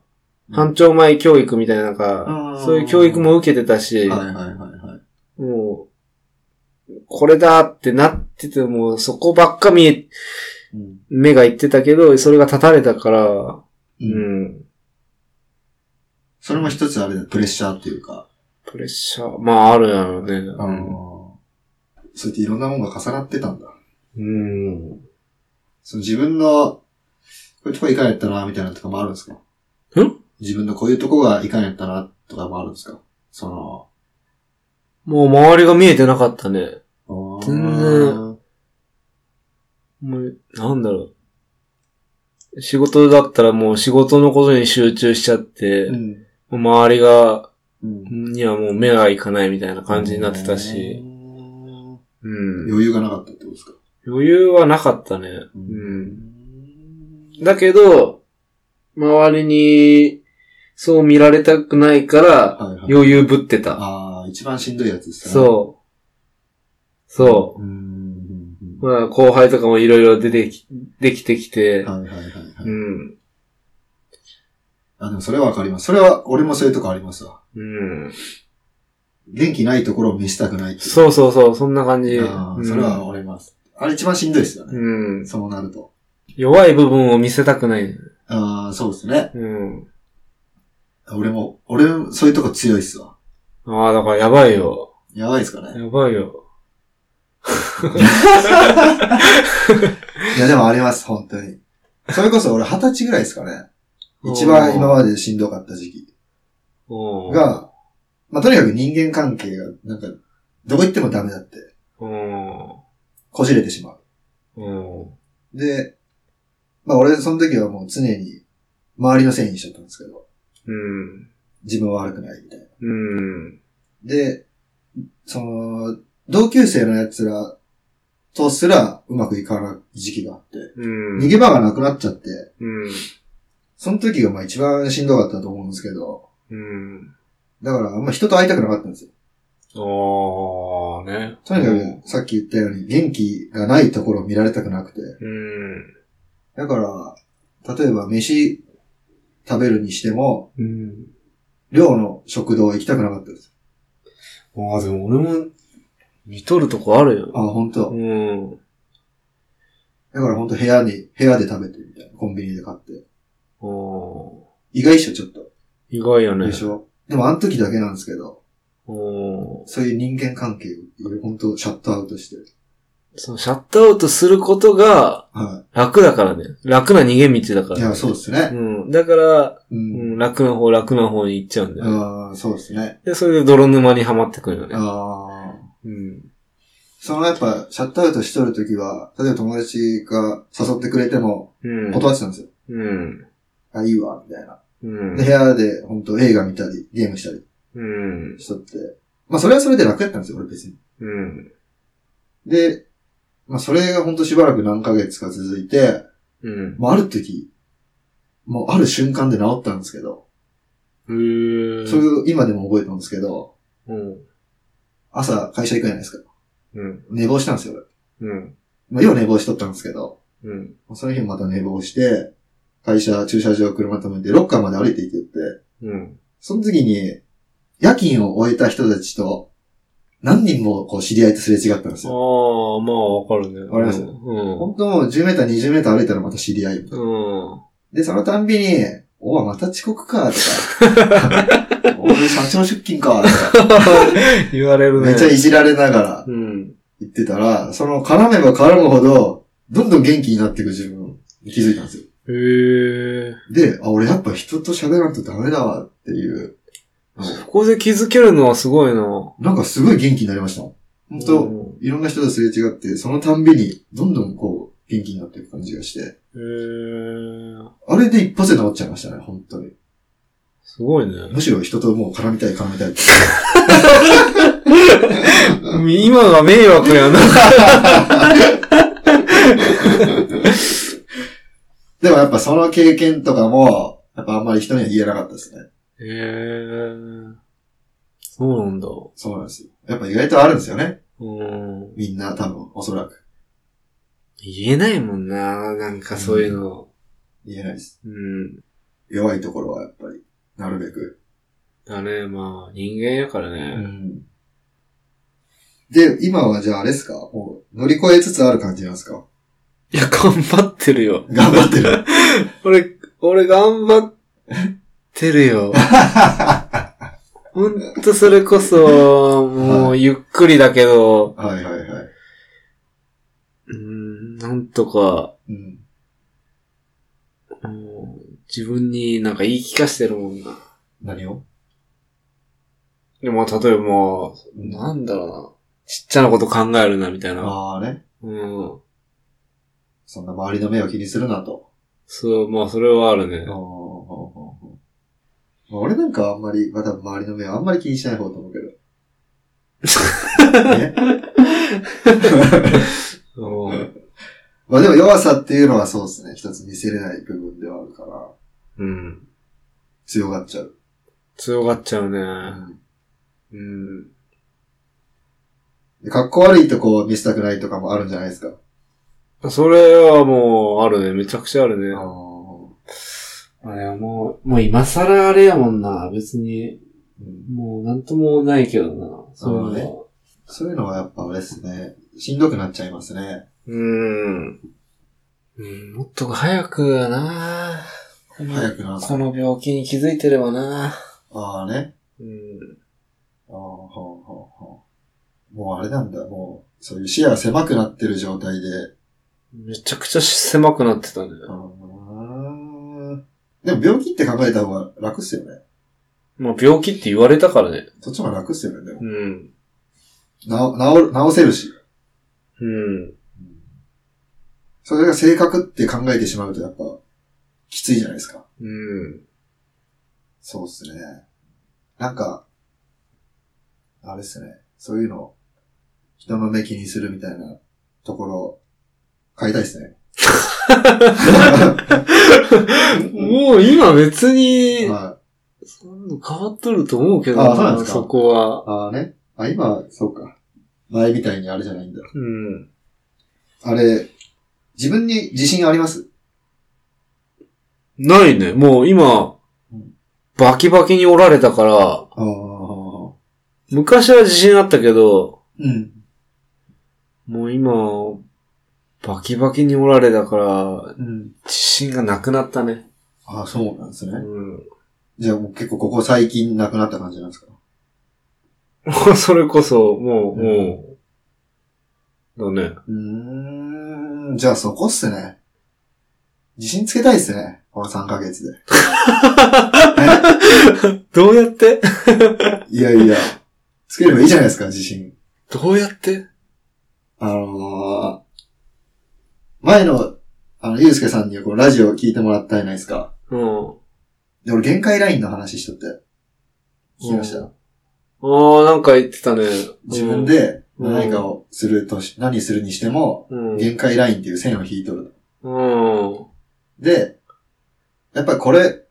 Speaker 2: 班長前教育みたいななんか
Speaker 1: う、ん
Speaker 2: そういう教育も受けてたし、
Speaker 1: い。はいはいはいはい。
Speaker 2: もう、これだってなってても、そこばっか見え、
Speaker 1: うん。
Speaker 2: 目がいってたけど、それが立たれたから、うん。
Speaker 1: それも一つあれだ、プレッシャーっていうか。
Speaker 2: プレッシャー、まああるやろうね。う
Speaker 1: そうやっていろんなものが重なってたんだ。
Speaker 2: ん。ん
Speaker 1: その自分の、こういうとこ行かんやったな、みたいなのとかもあるんですかん自分のこういうとこが行かんやったな、とかもあるんですかその、
Speaker 2: もう周りが見えてなかったね。
Speaker 1: うーん
Speaker 2: 全然。もう、なんだろう。仕事だったらもう仕事のことに集中しちゃって、
Speaker 1: うん。
Speaker 2: もう周りが、
Speaker 1: うん
Speaker 2: にはもう目がいかないみたいな感じになってたし、。うん。
Speaker 1: 余裕がなかったってことですか
Speaker 2: 余裕はなかったね。うん。
Speaker 1: ん
Speaker 2: だけど、周りに、そう見られたくないから、
Speaker 1: はいはい。
Speaker 2: 余裕ぶってた。
Speaker 1: ああ、一番しんどいやつですね。。
Speaker 2: そう。そう
Speaker 1: うーん。
Speaker 2: う。まあ、後輩とかもいろいろ出てき、できてきて、
Speaker 1: はいはいはいはい。
Speaker 2: うん。
Speaker 1: あ、でもそれはわかります。それは、俺もそういうとこありますわ。
Speaker 2: うん。
Speaker 1: 元気ないところを見せたくないっていう。
Speaker 2: そうそうそう、そんな感じ。
Speaker 1: あー
Speaker 2: うん
Speaker 1: それは俺ます。あれ一番しんどいですよね。
Speaker 2: うん。
Speaker 1: そうなると。
Speaker 2: 弱い部分を見せたくない。
Speaker 1: ああ、そうですね。
Speaker 2: うん。
Speaker 1: 俺も、俺、そういうとこ強いっすわ。
Speaker 2: ああ、だからやばいよ。
Speaker 1: やばいっすかね。
Speaker 2: やばいよ。
Speaker 1: いや、でもあります、本当に。それこそ俺二十歳ぐらいですか ね。一番今までしんどかった時期
Speaker 2: おー、
Speaker 1: が、まあ、とにかく人間関係が、なんか、どこ行ってもダメだって、
Speaker 2: うん。
Speaker 1: こじれてしまう。
Speaker 2: うん。
Speaker 1: で、まあ俺、その時はもう常に、周りのせいにしちゃったんですけど、
Speaker 2: うん。
Speaker 1: 自分は悪くないみたいな。
Speaker 2: うん。
Speaker 1: で、その、同級生の奴らとすらうまくいかない時期があって、
Speaker 2: うん。
Speaker 1: 逃げ場がなくなっちゃって、
Speaker 2: うん。
Speaker 1: その時がまあ一番しんどかったと思うんですけど、
Speaker 2: うん。
Speaker 1: だからあんま人と会いたくなかったんですよ。
Speaker 2: ああ、ね。
Speaker 1: とにかくさっき言ったように元気がないところを見られたくなくて。
Speaker 2: うん。
Speaker 1: だから、例えば飯食べるにしても、
Speaker 2: うん。
Speaker 1: 寮の食堂行きたくなかったです。
Speaker 2: ああ、でも俺も、見とるとこあるよ。
Speaker 1: あ、本当。
Speaker 2: うん。
Speaker 1: だから本当部屋に、部屋で食べてみたいな。コンビニで買って。
Speaker 2: おー
Speaker 1: 意外っしょ、ちょっと。
Speaker 2: 意外よね
Speaker 1: で。しょ。でもあの時だけなんですけど、
Speaker 2: おー
Speaker 1: そういう人間関係を本当シャットアウトして。
Speaker 2: そう、シャットアウトすることが
Speaker 1: は
Speaker 2: 楽だからね。楽な逃げ道だか
Speaker 1: い。
Speaker 2: ら。
Speaker 1: いや、そうですね。
Speaker 2: うん。だから、
Speaker 1: う。
Speaker 2: うんん、楽な方、楽な方に行っちゃうんだよ。
Speaker 1: ああ、そうですね。
Speaker 2: で、それで泥沼にはまってくるよね。
Speaker 1: ああ。
Speaker 2: うん。
Speaker 1: そのやっぱ、シャットアウトしとる時は、例えば友達が誘ってくれても、
Speaker 2: うん。
Speaker 1: 断ってたんですよ。
Speaker 2: うん。
Speaker 1: あ、いいわ、みたいな。
Speaker 2: うん
Speaker 1: で、部屋で、本当映画見たり、ゲームしたり
Speaker 2: うん。
Speaker 1: しとって。まあ、それはそれで楽やったんですよ、俺別に。
Speaker 2: うん。
Speaker 1: で、まあ、それが本当しばらく何ヶ月か続いて、
Speaker 2: うん。
Speaker 1: まあ、ある時、もうある瞬間で治ったんですけど、
Speaker 2: うーん。
Speaker 1: それを今でも覚えてるんですけど、
Speaker 2: うん。
Speaker 1: 朝会社行くじゃないですか。
Speaker 2: うん。
Speaker 1: 寝坊したんですよ、俺。
Speaker 2: うん。
Speaker 1: まあ、よう寝坊しとったんですけど、
Speaker 2: うん。
Speaker 1: その日もまた寝坊して、会社、駐車場、車止めて、ロッカーまで歩いて行ってって、
Speaker 2: うん。
Speaker 1: その時に、夜勤を終えた人たちと、何人もこう知り合いとすれ違ったんです
Speaker 2: あ
Speaker 1: よ。
Speaker 2: あ、まあ、わかるね。
Speaker 1: わかります
Speaker 2: うん。
Speaker 1: 本当もう10メーター、20メーター歩いたらまた知り合い。
Speaker 2: うん。
Speaker 1: で、そのたんびに、おい、また遅刻か、とか。俺、社長出勤か、とか。
Speaker 2: 言われるね。
Speaker 1: めっちゃいじられながら。
Speaker 2: うん。
Speaker 1: 言ってたら、その絡めば絡むほど、どんどん元気になっていく自分に気づいたんですよ。
Speaker 2: へえ。
Speaker 1: で、あ、俺やっぱ人と喋らんとダメだわっていう、
Speaker 2: そこで気づけるのはすごいな。本
Speaker 1: なんかすごい元気になりました。本当、いろんな人とすれ違って、そのたんびに、どんどんこう、元気になっていく感じがして、
Speaker 2: へー
Speaker 1: あれで一発で治っちゃいましたね、本当に。
Speaker 2: すごいね。
Speaker 1: むしろ人ともう絡みたい、絡みたいって。
Speaker 2: 今が迷惑やな。
Speaker 1: でもやっぱその経験とかも、やっぱあんまり人には言えなかったですね。
Speaker 2: へーそうなんだ。
Speaker 1: そうなんですよ。やっぱ意外とあるんですよね。
Speaker 2: うん。
Speaker 1: みんな多分、おそらく。
Speaker 2: 言えないもんな。なんかそういうの。
Speaker 1: 言えないです。
Speaker 2: うん。
Speaker 1: 弱いところはやっぱり、なるべく。
Speaker 2: だね。まあ、人間やから
Speaker 1: う
Speaker 2: ね。
Speaker 1: ん。で、今はじゃああれですかもう、乗り越えつつある感じなんですか
Speaker 2: いや、頑張ってるよ。
Speaker 1: 頑張って る。
Speaker 2: 俺、俺頑張ってるよ。ほんとそれこそ、もうゆっくりだけど、
Speaker 1: はいはいはい。
Speaker 2: うーん、なんとか、
Speaker 1: うん。
Speaker 2: もう自分になんか言い聞かせてるもんな。
Speaker 1: 何を
Speaker 2: でも、例えばもう、なんだろうな。ちっちゃなこと考えるな、みたいな。
Speaker 1: ああね。
Speaker 2: うん。
Speaker 1: そんな周りの目を気にするなと。
Speaker 2: そう、まあ、それはあるね
Speaker 1: あー。ほうほうほうまあ俺なんかあんまり、まあ多分周りの目はあんまり気にしない方と思うけ ど。ね、
Speaker 2: うん。
Speaker 1: まあでも弱さっていうのはそうですね。一つ見せれない部分ではあるから、
Speaker 2: うん。
Speaker 1: 強がっちゃう。
Speaker 2: 強がっちゃ
Speaker 1: う
Speaker 2: うね。
Speaker 1: ん
Speaker 2: うん。
Speaker 1: でかっこ悪いとこを見せたくないとかもあるんじゃないですか。
Speaker 2: それはもう、あるね。めちゃくちゃあるね。
Speaker 1: う
Speaker 2: あれはもう、もう今更あれやもんな。別に、
Speaker 1: ん
Speaker 2: もうなんともないけどな。そう
Speaker 1: あ
Speaker 2: ね
Speaker 1: ー。そういうのはやっぱあれですね。しんどくなっちゃいますね。
Speaker 2: うん。うん、もっと早くなこの
Speaker 1: 早くな
Speaker 2: この病気に気づいてればな
Speaker 1: ああね。
Speaker 2: うん。
Speaker 1: ああ、ほうほうほう。もうあれなんだ、もう、そういう視野が狭くなってる状態で。
Speaker 2: めちゃくちゃ狭くなってたね。
Speaker 1: あーでも病気って考えた方が楽っすよね。
Speaker 2: まあ病気って言われたからね。
Speaker 1: そっちも楽っすよね、でも。
Speaker 2: うん。
Speaker 1: な治る、治せるし。
Speaker 2: うん。
Speaker 1: それが性格って考えてしまうとやっぱ、きついじゃないですか。
Speaker 2: うん。
Speaker 1: そうっすね。なんか、あれっすね。そういうの、人の目気にするみたいなところ、変えたいっすね。
Speaker 2: もう今別に、
Speaker 1: はい
Speaker 2: そんな変わっとると思うけど
Speaker 1: あそうなんですか
Speaker 2: そこは。
Speaker 1: ああね。あ、今、そうか。前みたいにあれじゃないんだ。
Speaker 2: うん。
Speaker 1: あれ、自分に自信あります
Speaker 2: ないね。もう今
Speaker 1: うん、
Speaker 2: バキバキに折られたから、
Speaker 1: ああ。
Speaker 2: 昔は自信あったけど、
Speaker 1: うん。
Speaker 2: もう今、バキバキに折られたから、
Speaker 1: うん。
Speaker 2: 自信がなくなったね。
Speaker 1: ああ、そうなんです
Speaker 2: う
Speaker 1: ね。
Speaker 2: ん。
Speaker 1: じゃあもう結構ここ最近なくなった感じなんですか
Speaker 2: それこそ、もう、
Speaker 1: うん
Speaker 2: もう、だね。
Speaker 1: うーん。じゃあそこっすね。自信つけたいっすね。この3ヶ月で。
Speaker 2: どうやって
Speaker 1: いやいや。つければいいじゃないですか、自信。
Speaker 2: どうやって
Speaker 1: あのー、前の、あの、ゆうすけさんにはこうラジオ聞いてもらったじゃないですか。
Speaker 2: うん。
Speaker 1: で、俺限界ラインの話しとって。聞きました。
Speaker 2: ああ、なんか言ってたね。
Speaker 1: 自分で
Speaker 2: うん
Speaker 1: 何かをするとし、何するにしても、
Speaker 2: うん。
Speaker 1: 限界ラインっていう線を引いとる。
Speaker 2: うん。
Speaker 1: で、やっぱりこれ、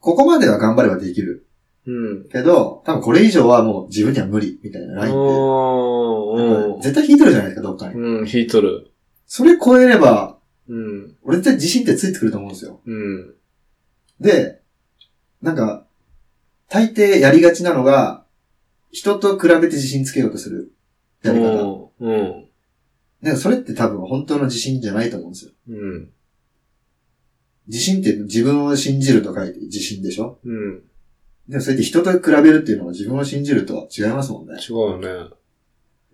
Speaker 1: ここまでは頑張ればできる。
Speaker 2: うん。
Speaker 1: けど、多分これ以上はもう自分には無理、みたいな
Speaker 2: あ
Speaker 1: ラインで。やっ
Speaker 2: ー
Speaker 1: ぱ絶対引いとるじゃないですか、どっかに。
Speaker 2: うん。うん、引いとる。
Speaker 1: それ超えれば、
Speaker 2: うん。
Speaker 1: 俺絶対自信ってついてくると思うんですよ。
Speaker 2: うん。
Speaker 1: で、なんか、大抵やりがちなのが、人と比べて自信つけようとするやり方。
Speaker 2: うん。うん。
Speaker 1: なんかそれって多分本当の自信じゃないと思うんですよ。
Speaker 2: うん。
Speaker 1: 自信って自分を信じると書いて自信でしょ
Speaker 2: うん。
Speaker 1: でもそれって人と比べるっていうのは自分を信じるとは違いますもんね。
Speaker 2: 違うね。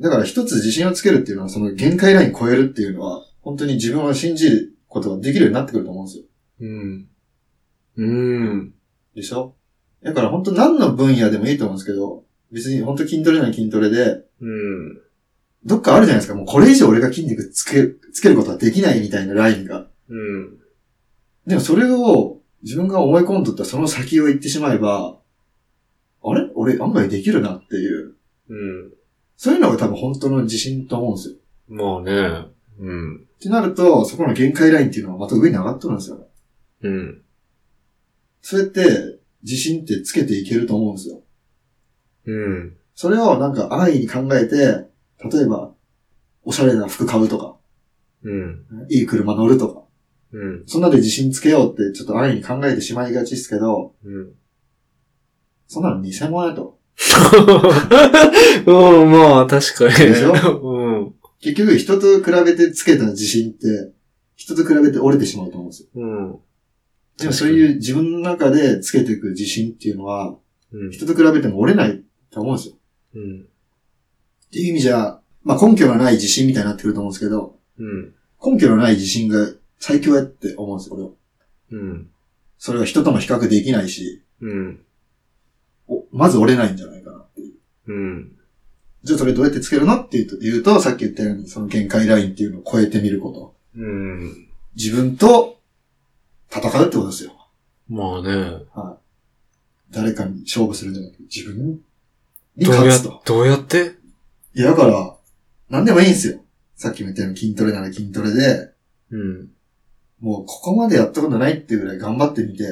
Speaker 1: だから一つ自信をつけるっていうのは、その限界ライン超えるっていうのは、本当に自分を信じることができるようになってくると思うんですよ。
Speaker 2: うん。うん。
Speaker 1: でしょだから本当何の分野でもいいと思うんですけど、別に本当筋トレなら筋トレで、
Speaker 2: うん。
Speaker 1: どっかあるじゃないですか。もうこれ以上俺が筋肉つけ、つけることはできないみたいなラインが。
Speaker 2: うん。
Speaker 1: でもそれを自分が思い込んどったその先を行ってしまえば、あれ俺案外できるなっていう。
Speaker 2: う
Speaker 1: そういうのが多分本当の自信と思うんですよ。
Speaker 2: ん。まあね。うん。
Speaker 1: ってなると、そこの限界ラインっていうのはまた上に上がっとるんですよね。
Speaker 2: うん。
Speaker 1: そうやって自信ってつけていけると思うんですよ。
Speaker 2: うん。
Speaker 1: それをなんか安易に考えて、例えば、おしゃれな服買うとか、
Speaker 2: うん。
Speaker 1: いい車乗るとか、
Speaker 2: うん。
Speaker 1: そんなで自信つけようってちょっと安易に考えてしまいがちですけど、
Speaker 2: うん。
Speaker 1: そんなの偽物だと。
Speaker 2: うん、まあ、確かに。
Speaker 1: でしょ
Speaker 2: ょ
Speaker 1: 結局人と比べてつけた自信って、人と比べて折れてしまうと思うんですよ。
Speaker 2: うん。うん。
Speaker 1: でもそういう自分の中でつけていく自信っていうのは、
Speaker 2: うん。
Speaker 1: 人と比べても折れないと思うんですよ。
Speaker 2: うん。
Speaker 1: っていう意味じゃ、まあ根拠のない自信みたいになってくると思うんですけど、
Speaker 2: うん。
Speaker 1: 根拠のない自信が最強やって思うんですよ、俺は。
Speaker 2: うん。
Speaker 1: それは人とも比較できないし、
Speaker 2: うん。
Speaker 1: おまず折れないんじゃないかなっていう。
Speaker 2: うん。
Speaker 1: じゃあそれどうやってつけるのって言うと、言うとさっき言ったように、その限界ラインっていうのを超えてみること。
Speaker 2: うん。
Speaker 1: 自分と戦うってことですよ。
Speaker 2: まあね。
Speaker 1: 誰かに勝負するんじゃなくて、自分に
Speaker 2: どう
Speaker 1: 勝
Speaker 2: や
Speaker 1: つと。、
Speaker 2: どうやって
Speaker 1: いや、だから、なんでもいいんですよ。さっきも言ったように筋トレなら筋トレで、
Speaker 2: うん。
Speaker 1: もうここまでやったことないっていうぐらい頑張ってみて、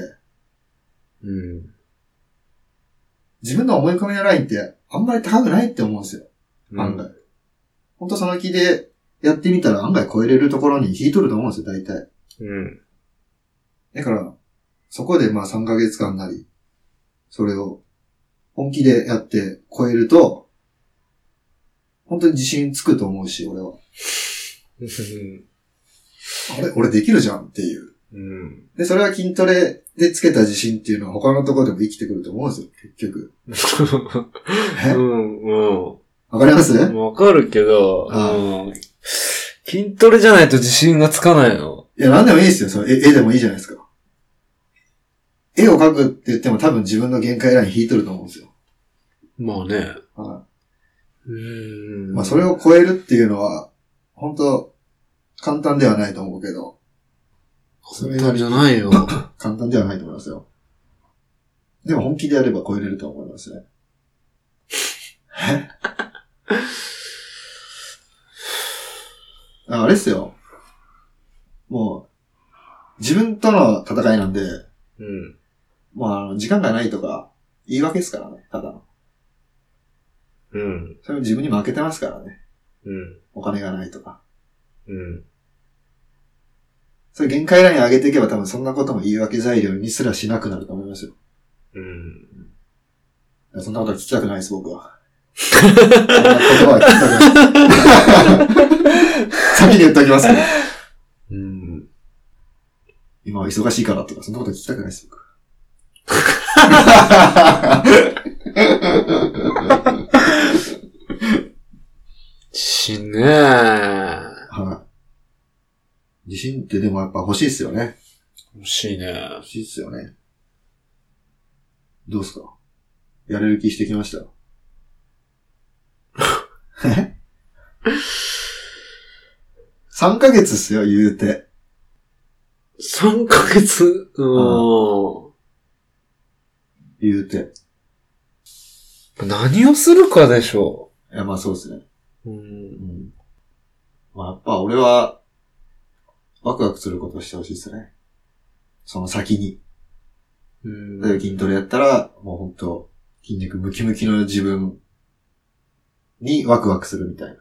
Speaker 2: うん。
Speaker 1: 自分の思い込みのラインってあんまり高くないって思うんですよ。案外。ほんとその気でやってみたら案外超えれるところに引いとると思うんですよ、大体。
Speaker 2: うん。
Speaker 1: だから、そこでまあ3ヶ月間なり、それを本気でやって超えると、本当に自信つくと思うし、俺は。あれ俺できるじゃんっていう。
Speaker 2: うん。
Speaker 1: で、それは筋トレでつけた自信っていうのは他のところでも生きてくると思うんですよ、結局。え
Speaker 2: うん。
Speaker 1: わかります
Speaker 2: うん。わかるけど、
Speaker 1: ああ
Speaker 2: うん筋トレじゃないと自信がつかないの。
Speaker 1: いや、なんでもいいですよ、その絵絵でもいいじゃないですか。絵を描くって言っても多分自分の限界ライン引いとると思うんですよ。
Speaker 2: まあね。
Speaker 1: は
Speaker 2: うん。
Speaker 1: い、まあ、それを超えるっていうのは、本当簡単ではないと思うけど、それ
Speaker 2: 簡単じゃないよ。
Speaker 1: 簡単ではないと思いますよ。でも本気でやれば超えれると思いますね。え ああれっすよ。もう、自分との戦いなんで、
Speaker 2: うん。
Speaker 1: もうあの、時間がないとか、言い訳っすからね、ただの。
Speaker 2: うん。
Speaker 1: それも自分に負けてますからね。
Speaker 2: うん。
Speaker 1: お金がないとか。
Speaker 2: うん。
Speaker 1: それ限界ライン上げていけば多分そんなことも言い訳材料にすらしなくなると思いますよ。
Speaker 2: うん。
Speaker 1: そんなことは聞きたくないです、僕は。そんな言葉は聞きたくない。先に言っておきますけど。
Speaker 2: うん。
Speaker 1: 今は忙しいからとか、そんなこと聞きたくないです、 僕。
Speaker 2: 自信ねえ。
Speaker 1: はい。自信ってでもやっぱ欲しいっすよね。
Speaker 2: 欲しいね。
Speaker 1: 欲しいっすよね。どうっすかやれる気してきましたえ ?3 ヶ月っすよ、言うて。
Speaker 2: 3ヶ月うん。
Speaker 1: 言うて。
Speaker 2: 何をするかでしょ
Speaker 1: いや、まあそうっすね。
Speaker 2: う。う。
Speaker 1: うんん。まあ、やっぱ俺は、ワクワクすることをしてほしいですね。その先に。
Speaker 2: うん
Speaker 1: 例えば筋トレやったら、もうほんと、筋肉ムキムキの自分にワクワクするみたいな。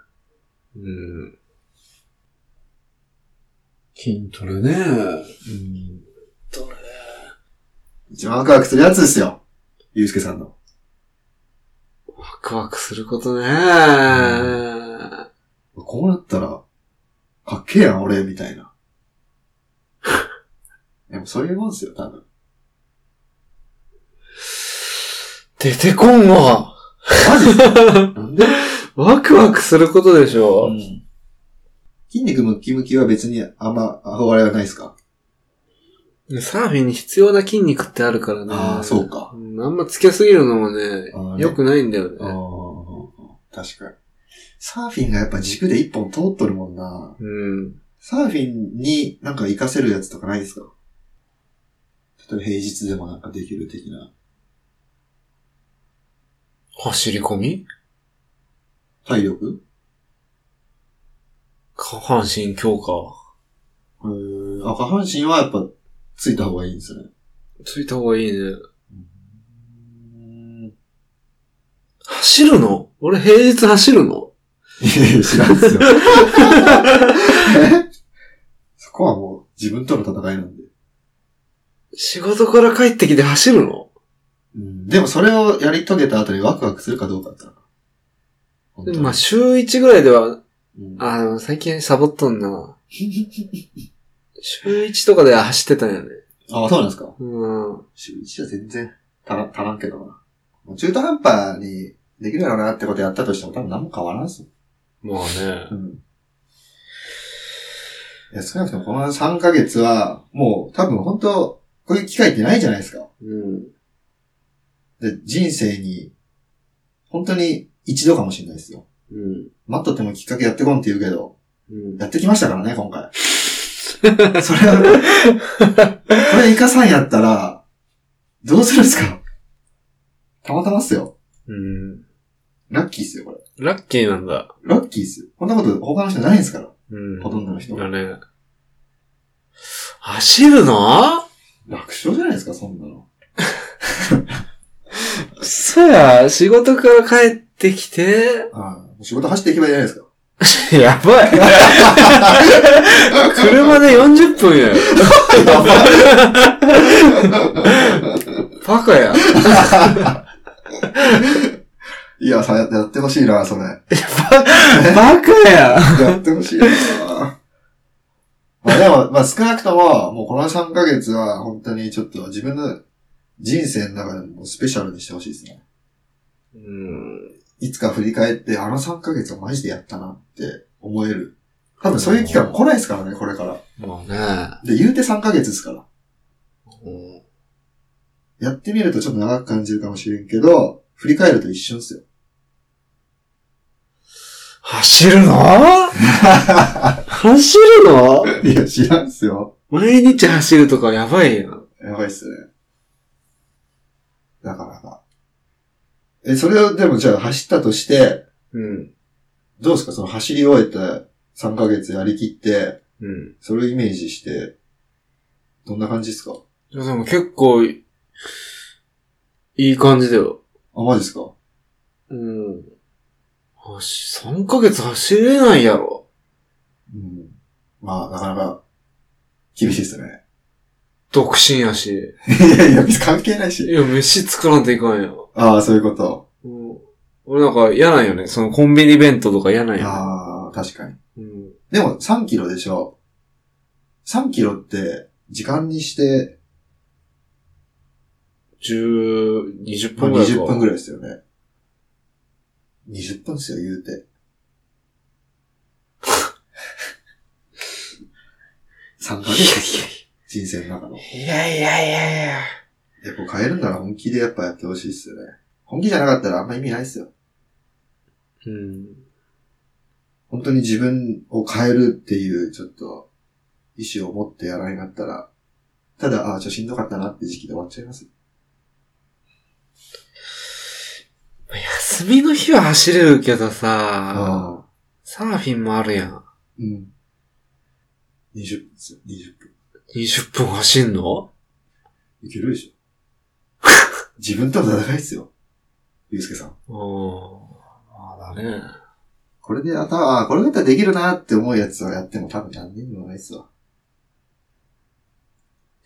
Speaker 2: うん。筋トレね。
Speaker 1: うん。
Speaker 2: 筋トレ。
Speaker 1: 一番ワクワクするやつですよ。ゆうすけさんの。
Speaker 2: ワクワクすることね。
Speaker 1: こうなったら、かっけえやん、俺、みたいな。 でもそういうもんですよ、多分。
Speaker 2: 出てこんわ。
Speaker 1: マジなんで
Speaker 2: ワクワクすることでしょ
Speaker 1: う。ん筋肉ムッキムキは別にあんま憧れはないですか
Speaker 2: サーフィンに必要な筋肉ってあるからね。
Speaker 1: ああ、そうか。
Speaker 2: うん。あんまつけすぎるのもね
Speaker 1: あー、ね
Speaker 2: 良くないんだよ
Speaker 1: ああ
Speaker 2: ね。、
Speaker 1: 確かに。サーフィンがやっぱ軸で一本通っとるもんな。
Speaker 2: うん。
Speaker 1: サーフィンになんか活かせるやつとかないですか例えば平日でもなんかできる的な。
Speaker 2: 走り込み
Speaker 1: 体力
Speaker 2: 下半身強化。
Speaker 1: へーあ、下半身はやっぱついた方がいいんですね。
Speaker 2: ついた方がいいね。
Speaker 1: うん。
Speaker 2: 走るの俺平日走る の
Speaker 1: いやい や、知らんっすよ。そこはもう自分との戦いなんで。
Speaker 2: 仕事から帰ってきて走るの
Speaker 1: うん、でもそれをやり遂げた後にワクワクするかどうかだったら。本当に
Speaker 2: まあ、週1ぐらいでは、
Speaker 1: うん
Speaker 2: あーでも最近サボっとんな。週1とかでは走ってたんよね。
Speaker 1: あ、そうなんですか。
Speaker 2: うん。
Speaker 1: 週1は全然足ら足らんけどな。もう中途半端にできるやろうなってことやったとしても多分何も変わらんっすよ。
Speaker 2: まあ
Speaker 1: う。ん。いや、少なくともこの3ヶ月は、もう多分本当こういう機会ってないじゃないですか。
Speaker 2: うん。
Speaker 1: で、人生に、本当に一度かもしれないですよ。
Speaker 2: うん。
Speaker 1: 待っとってもきっかけやってこんって言うけど、
Speaker 2: うん。
Speaker 1: やってきましたからね、今 回。それは、これイカさんやったら、どうするんですかたまたまっすよ。
Speaker 2: うん。
Speaker 1: ラッキーっすよ、これ。
Speaker 2: ラッキーなんだ。
Speaker 1: ラッキーっすよ。こんなこと他の人ないんですから。
Speaker 2: うん。
Speaker 1: ほとんどの人
Speaker 2: だね。走るの
Speaker 1: 楽勝じゃないですか、そんなの。
Speaker 2: そや、仕事から帰ってきて、
Speaker 1: はい。仕事走っていけばいいじゃないですか。
Speaker 2: やば い。車で40分やよ。 バカや。
Speaker 1: いや、さ、ややってほしいな、 それ。
Speaker 2: バカや。
Speaker 1: やってほしいな。まあでも、まあ少なくとも、もうこの3ヶ月は本当にちょっと自分の人生の中でもスペシャルにしてほしいですね。
Speaker 2: うん。
Speaker 1: いつか振り返って、あの3ヶ月はマジでやったなって思える。多分そういう期間来ないですからね、これから。
Speaker 2: まあ
Speaker 1: で、言うて3ヶ月ですから。
Speaker 2: ね。
Speaker 1: やってみるとちょっと長く感じるかもしれんけど、振り返ると一瞬ですよ。
Speaker 2: 走るの 走るの
Speaker 1: いや、知らんっすよ。
Speaker 2: 毎日走るとかやばいやん。
Speaker 1: やばいっすね。なかなか。え、それをでもじゃあ走ったとして、
Speaker 2: うん。
Speaker 1: どうですかその走り終えた3ヶ月やりきって、
Speaker 2: うん。
Speaker 1: それをイメージして、どんな感じですか
Speaker 2: いやでも結構、いい感じだよ。
Speaker 1: あ、マジですか
Speaker 2: うん。走、3ヶ月走れないやろ。
Speaker 1: うん。まあ、なかなか、厳しいですね。
Speaker 2: 独身やし。
Speaker 1: いやいや、別に関係ない
Speaker 2: い
Speaker 1: し。
Speaker 2: や、飯作らんといかんや。
Speaker 1: ああ、そういうこと。
Speaker 2: うん俺なんか嫌なんよね。そのコンビニ弁当とか嫌なんよ
Speaker 1: ああ、確かに。
Speaker 2: ね。うん。
Speaker 1: でも、3キロでしょ。3キロって、時間にして、
Speaker 2: 10、20
Speaker 1: まあ
Speaker 2: 分ぐらいか。
Speaker 1: 20分ぐらいですよね。20分ですよ、言うて。3ヶ月人生の中の。
Speaker 2: いやいやいやいや。
Speaker 1: やっぱ変えるなら本気でやっぱやってほしいっすよね。本気じゃなかったらあんま意味ないっすよ。
Speaker 2: うん。
Speaker 1: 本当に自分を変えるっていう、ちょっと、意思を持ってやらなかったら、ただ、ああ、ちょっとしんどかったなって時期で終わっちゃいます。
Speaker 2: 休みの日は走れるけどさ、
Speaker 1: ああ。
Speaker 2: サーフィンもあるやん。
Speaker 1: うん。20分ですよ、20分。
Speaker 2: 20分走んの
Speaker 1: いけるでしょ。自分との戦いっすよ。ゆうすけさん。
Speaker 2: うん。まあだね。
Speaker 1: これで、あた、ああ、これだったらできるなって思うやつをやっても多分何年にもないっすわ。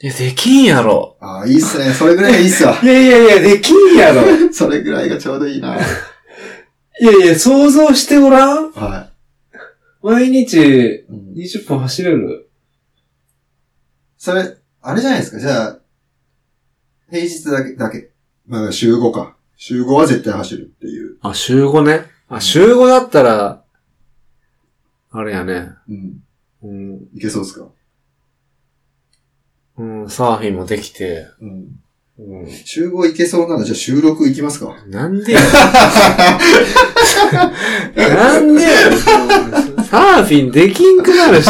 Speaker 2: いや、できんやろ。
Speaker 1: ああ、いいっすね。それぐらいがいいっす わ。
Speaker 2: いやいやいや、できんやろ。
Speaker 1: それぐらいがちょうどいいな。
Speaker 2: いやいや、想像してごらん
Speaker 1: は
Speaker 2: 毎日
Speaker 1: い。うん
Speaker 2: 20分走れる
Speaker 1: それ、あれじゃないですか、じゃあ、平日だけ、だけ。まあ、週5か。週5は絶対走るっていう。
Speaker 2: あ、週5ね。あ、週5だったら、あれやね。
Speaker 1: うん。
Speaker 2: うん、
Speaker 1: いけそうですか
Speaker 2: うん、サーフィンもできて。
Speaker 1: うん。
Speaker 2: うん
Speaker 1: 集合いけそうなら、じゃあ収録いきますか。
Speaker 2: なんでやなんでやサーフィンできんくなるし。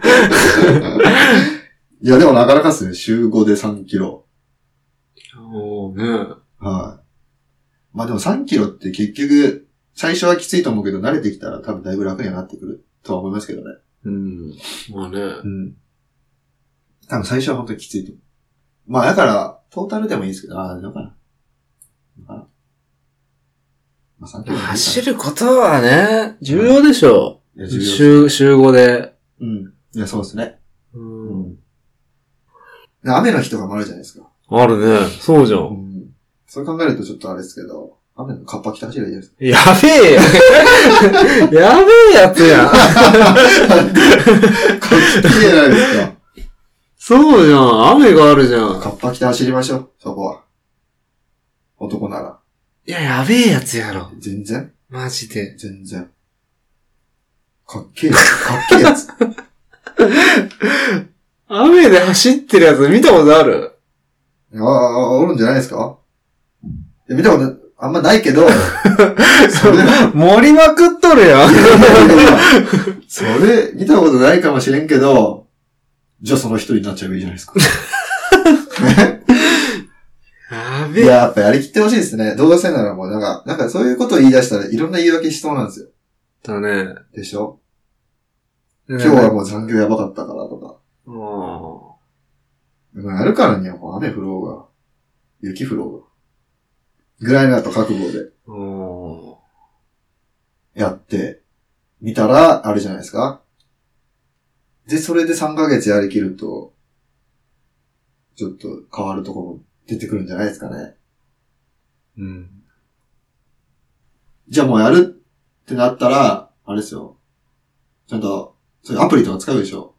Speaker 1: いや、でもなかなかっすね。週5で3キロ。
Speaker 2: もうね。
Speaker 1: はい。まあでも3キロって結局、最初はきついと思うけど、慣れてきたら多分だいぶ楽にはなってくるとは思いますけどね。
Speaker 2: うん。まあね。
Speaker 1: うん。多分最初は本当にきついと思う。まあだから、トータルでもいいですけど、ああ、どうかな。どうかな。まあ3キロでもいいかな
Speaker 2: 走ることはね、重要でしょ
Speaker 1: いや、
Speaker 2: う。
Speaker 1: 重要です
Speaker 2: 週、週5で。
Speaker 1: うん。いや、そうですね。
Speaker 2: う。。
Speaker 1: うん雨の日とかもあるじゃないですか。
Speaker 2: あるね。そうじゃん。
Speaker 1: ん。そう考えるとちょっとあれですけど、雨のカッパ着て走ればいいじゃないですか。
Speaker 2: やべえや やべえやつやん。
Speaker 1: カッパ着てじゃないですか。
Speaker 2: そうじゃん。雨があるじゃん。
Speaker 1: カッパ着て走りましょう、そこは。男なら。
Speaker 2: いや、やべえやつやろ。
Speaker 1: 全然
Speaker 2: マジで。
Speaker 1: 全然。かっけえやつ。かっけえやつ。
Speaker 2: 雨で走ってるやつ見たことある
Speaker 1: ああ、おるんじゃないですかいや見たことあんまない けど、それ、
Speaker 2: 盛りまくっとるや ん。
Speaker 1: それ、見たことないかもしれんけど、じゃあその一人になっちゃえばいいじゃないですか。い
Speaker 2: やべ え。
Speaker 1: や、やっぱやりきってほしいですね。どうせならもうなんか、なんかそういうことを言い出したらいろんな言い訳しそうなんですよ。
Speaker 2: だね。
Speaker 1: でしょ
Speaker 2: 今
Speaker 1: 今日はもう残業やばかったからとか。
Speaker 2: も
Speaker 1: まあ、やるからにはもう雨降ろうが、雪降ろうが。ぐらいのやっぱ覚悟で
Speaker 2: う、も
Speaker 1: やってみたら、あれじゃないですか。で、それで3ヶ月やりきると、ちょっと変わるところも出てくるんじゃないですかね。
Speaker 2: う、うん。
Speaker 1: じゃあもうやるってなったら、あれですよ。ちゃんと、そういうアプリとか使うでしょ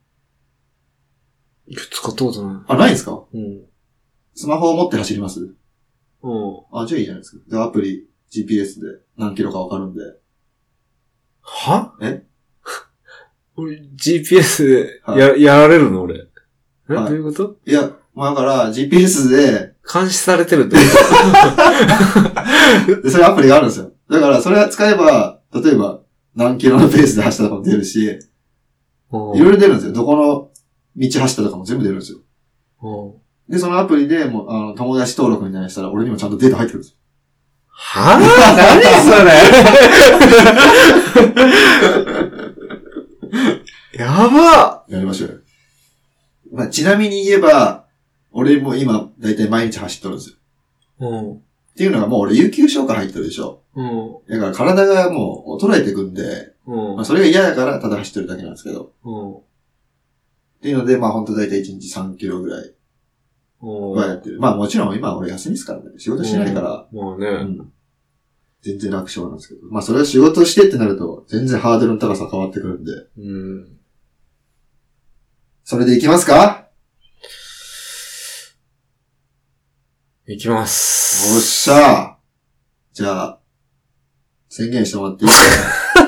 Speaker 2: 使ったことな
Speaker 1: あ、ないんですか
Speaker 2: い。うん。
Speaker 1: スマホを持って走ります
Speaker 2: うん。
Speaker 1: あ、じゃあいいじゃないですか。で、アプリ、GPS で何キロかわかるんで。
Speaker 2: は
Speaker 1: え
Speaker 2: 俺、GPS で
Speaker 1: はい
Speaker 2: や、やられるの俺。え、
Speaker 1: はい
Speaker 2: どういうこと
Speaker 1: いや、まあだから GPS で、
Speaker 2: 監視されてるってこ
Speaker 1: で、そういうアプリがあるんですよ。だから、それは使えば、例えば、何キロのペースで走ったとかも出るし、い
Speaker 2: と
Speaker 1: ろいろ出るんですよ。どこの道走ったとかも全部出るんですよ。
Speaker 2: うん
Speaker 1: で、そのアプリでもう、あの、友達登録みたいにしたら、俺にもちゃんとデータ入ってくるんですよ。
Speaker 2: はぁ何それ やば
Speaker 1: やりましょうよ。まあ、ちなみに言えば、俺も今、だいたい毎日走っとるんですよ。
Speaker 2: うん。
Speaker 1: っていうのがもう俺、有給消化入ってるでしょ。
Speaker 2: うん。
Speaker 1: だから体がもう衰えてくんで、
Speaker 2: うん
Speaker 1: まあ、。それが嫌だから、ただ走ってるだけなんですけど。
Speaker 2: うん。
Speaker 1: っていうので、まあ、ほんとだいたい1日3キロぐらいはやってる。まあ、もちろん今俺休みですからね。仕事してないから、
Speaker 2: まあね。
Speaker 1: 全然楽勝なんですけど。まあそれは仕事してってなると、全然ハードルの高さ変わってくるんで。
Speaker 2: うん。
Speaker 1: それでいきますか
Speaker 2: いきま
Speaker 1: おっ
Speaker 2: す。
Speaker 1: しゃじゃあ、宣言してもらっていいですか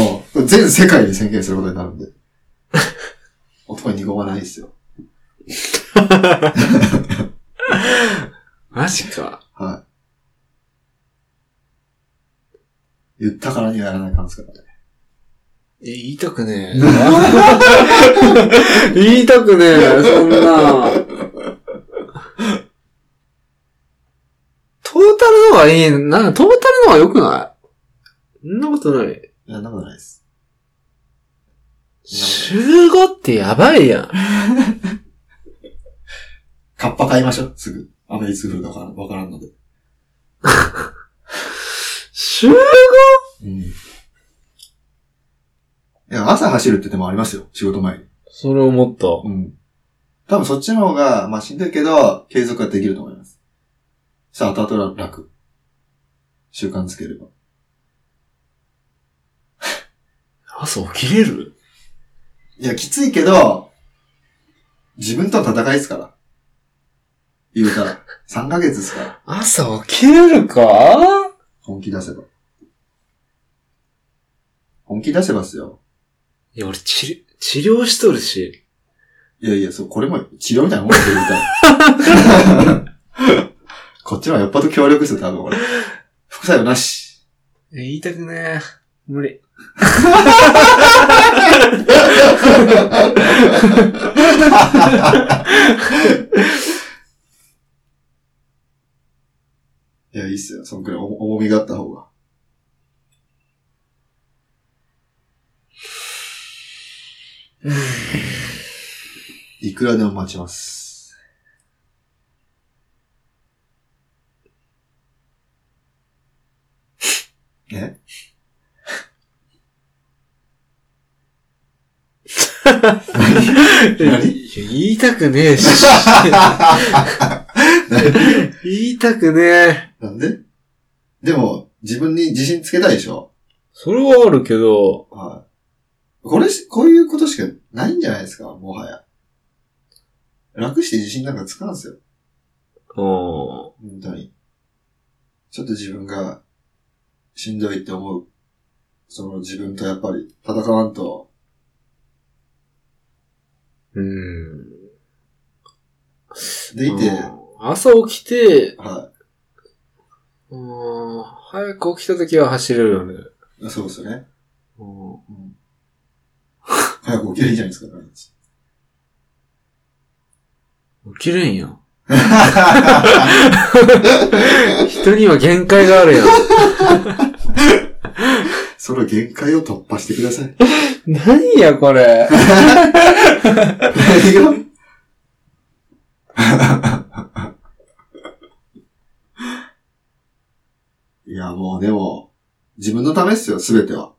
Speaker 1: えも う、これ全世界に宣言することになるんで。 男に濁まないですよ。
Speaker 2: マジか。
Speaker 1: 言ったからにはやらない感じですからね。
Speaker 2: え、言いたくねえ。 言いたくねえ、そんな。トータルのがいい、な、トータルのが良くないそんなことない。
Speaker 1: いや、なんかないです。
Speaker 2: 週5ってやばいやん。
Speaker 1: カッパ買いましょう。すぐ。雨いつ降るかわからんわからんので。
Speaker 2: 週
Speaker 1: うん。いや、朝走るって手もありますよ。仕事前に。
Speaker 2: それ思った。
Speaker 1: うん。多分そっちの方が、まあしんどいけど、継続はできると思います。さあ、後々楽。習慣つければ。
Speaker 2: 朝起きれる
Speaker 1: いや、きついけど、自分との戦いですから。言うたら。3ヶ 月ですから。
Speaker 2: 朝起きれるか
Speaker 1: 本気出せば。本気出せばっすよ。
Speaker 2: いや、俺、治療、治療しとるし。
Speaker 1: いやいや、そう、これも治療みたいなもんですよ、言うたら。こっちはよっぽど協力っすよ、多分俺。副作用なし。
Speaker 2: え言いたくねえ。無 理。
Speaker 1: いや、いいっすよ。そんくらい重重みがあった方が。 いくらでも待ちます。 え何
Speaker 2: いや言いたくねえ し。 言いたくねえ。
Speaker 1: なんででも、自分に自信つけたいでしょ
Speaker 2: それはあるけど、
Speaker 1: はい。これし、こういうことしかないんじゃないですか、もはや。楽して自信なんかつかんすよ、
Speaker 2: うん。
Speaker 1: 本当に。ちょっと自分がしんどいって思う、その自分とやっぱり戦わんと、
Speaker 2: うん。
Speaker 1: でいて、
Speaker 2: うん朝起きて、
Speaker 1: は
Speaker 2: うん、早く起きた時は走れるよね。
Speaker 1: い。そうですよね。
Speaker 2: うん
Speaker 1: うん、早く起きればいいじゃないですか、毎日
Speaker 2: 起きれん よ。人には限界があるやん。
Speaker 1: その限界を突破してください。
Speaker 2: 何やこれ。
Speaker 1: 何が いや、もうでも、自分のためっすよ、すべては。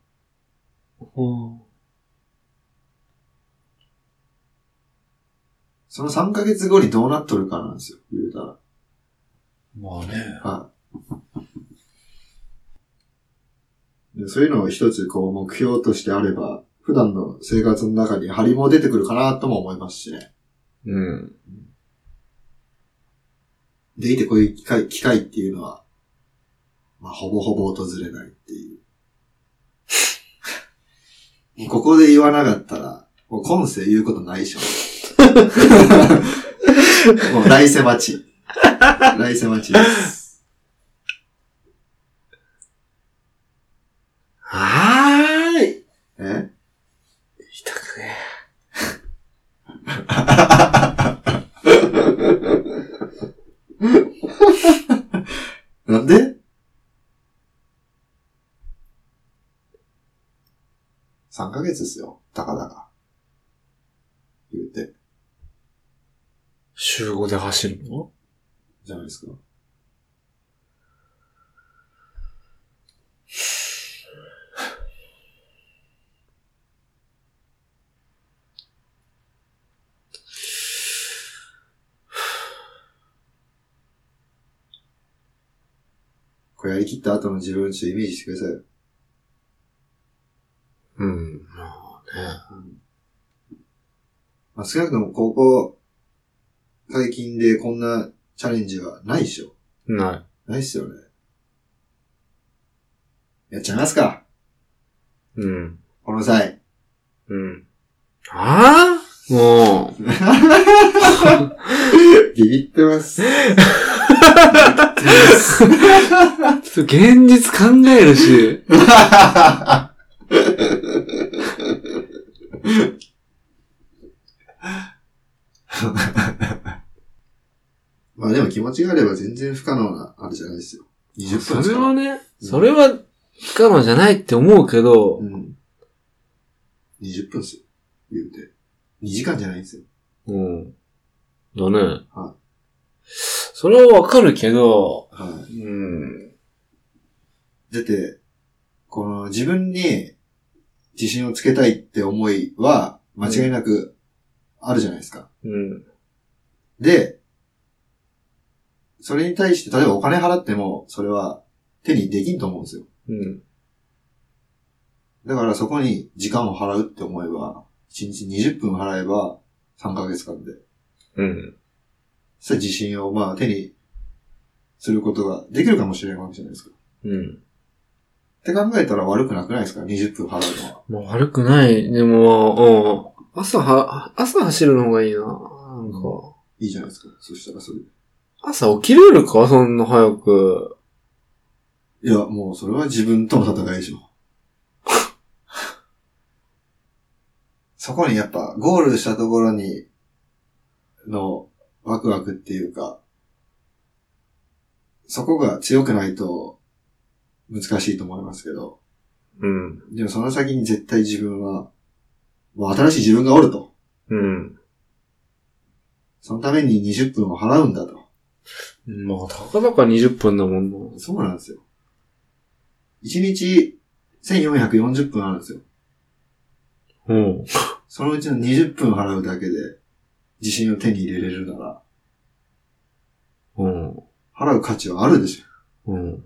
Speaker 1: その3ヶ月後にどうなっとるかなんですよ、言うたら。
Speaker 2: まあね。
Speaker 1: はい。でそういうのを一つこう目標としてあれば、普段の生活の中に張りも出てくるかなとも思いますしね。
Speaker 2: うん。
Speaker 1: でいてこういう機会、機会っていうのは、まあ、ほぼほぼ訪れないっていう。 もうここで言わなかったら、もう今世言うことないでしょ。 もう来世待ち。来世待ちです。
Speaker 2: はーい。
Speaker 1: え
Speaker 2: 痛くね
Speaker 1: なんで ?3 ヶ月ですよ。たかだか。言うて。
Speaker 2: 週5で走るの
Speaker 1: じゃないですか。これやりきった後の自分をちょっとイメージしてくださいよ。
Speaker 2: うん。まあ
Speaker 1: まあ、少なくとも高校、最近でこんなチャレンジはないでしょ。
Speaker 2: ね。な
Speaker 1: ないっすよね。やっちゃいますか。
Speaker 2: い。うん。
Speaker 1: この際。
Speaker 2: うん。ああもう。
Speaker 1: ビビってます。
Speaker 2: ちょっと現実考えるし。
Speaker 1: まあでも気持ちがあれば全然不可能なあれじゃないですよ。20分
Speaker 2: そ
Speaker 1: です
Speaker 2: れ
Speaker 1: か
Speaker 2: はね、それは不可能じゃないって思うけど、
Speaker 1: うん。20分っすよ。言うて。2時間じゃないんですよ。
Speaker 2: うん。だね。
Speaker 1: は
Speaker 2: それはわかるけど、
Speaker 1: はい。
Speaker 2: うん。
Speaker 1: だって、この自分に自信をつけたいって思いは間違いなくあるじゃないですか。
Speaker 2: うん。
Speaker 1: で、それに対して、例えばお金払っても、それは手にできんと思うんですよ。
Speaker 2: うん。
Speaker 1: だからそこに時間を払うって思えば、1日20分払えば3ヶ月間で
Speaker 2: うん。
Speaker 1: した自信をまあ手にすることができるかもしれないわけじゃないですか。
Speaker 2: うん。
Speaker 1: って考えたら悪くなくないですか ?20 分払うのは。
Speaker 2: まあ悪くない。でも、うん朝は、朝走るのがいいな。なんか。
Speaker 1: いいじゃないですか。そしたらそれで。
Speaker 2: 朝起きれるかそんな早く。
Speaker 1: いや、もうそれは自分との戦いでしょ。 そこにやっぱ、ゴールしたところに、の、ワクワクっていうか、そこが強くないと、難しいと思いますけど、
Speaker 2: うん。
Speaker 1: でもその先に絶対自分は、もう新しい自分がおると。
Speaker 2: うん。
Speaker 1: そのために20分を払うんだと。
Speaker 2: まあ、たかだか20分だもんな。
Speaker 1: そうなんですよ。1日1440分あるんですよ。
Speaker 2: うん。
Speaker 1: そのうちの20分払うだけで、自信を手に入れれるなら、
Speaker 2: うん。
Speaker 1: 払う価値はあるでしょ。
Speaker 2: うん。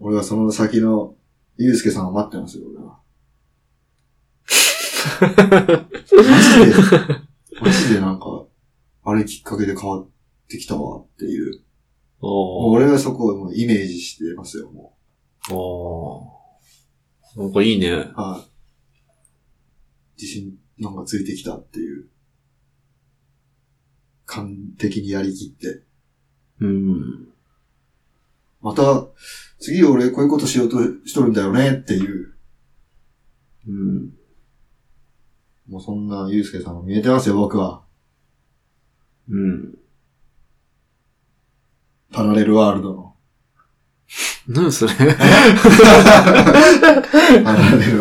Speaker 1: 俺はその先の、ゆうすけさんを待ってますよ、俺は。マジで、マジでなんか、あれきっかけで変わってきたわっていう。
Speaker 2: あ
Speaker 1: もう俺はそこをもうイメージしてますよ、も
Speaker 2: あ。ああ。なんかいいね。
Speaker 1: う。はい。自信なんかついてきたっていう。完璧にやりきって。
Speaker 2: うん。
Speaker 1: また、次俺こういうことしようとしとるんだよねっていう、
Speaker 2: うん。
Speaker 1: もうそんなゆうすけさんも見えてますよ、僕は。
Speaker 2: うん。
Speaker 1: パラレルワールド の。
Speaker 2: 何 それ
Speaker 1: パラレル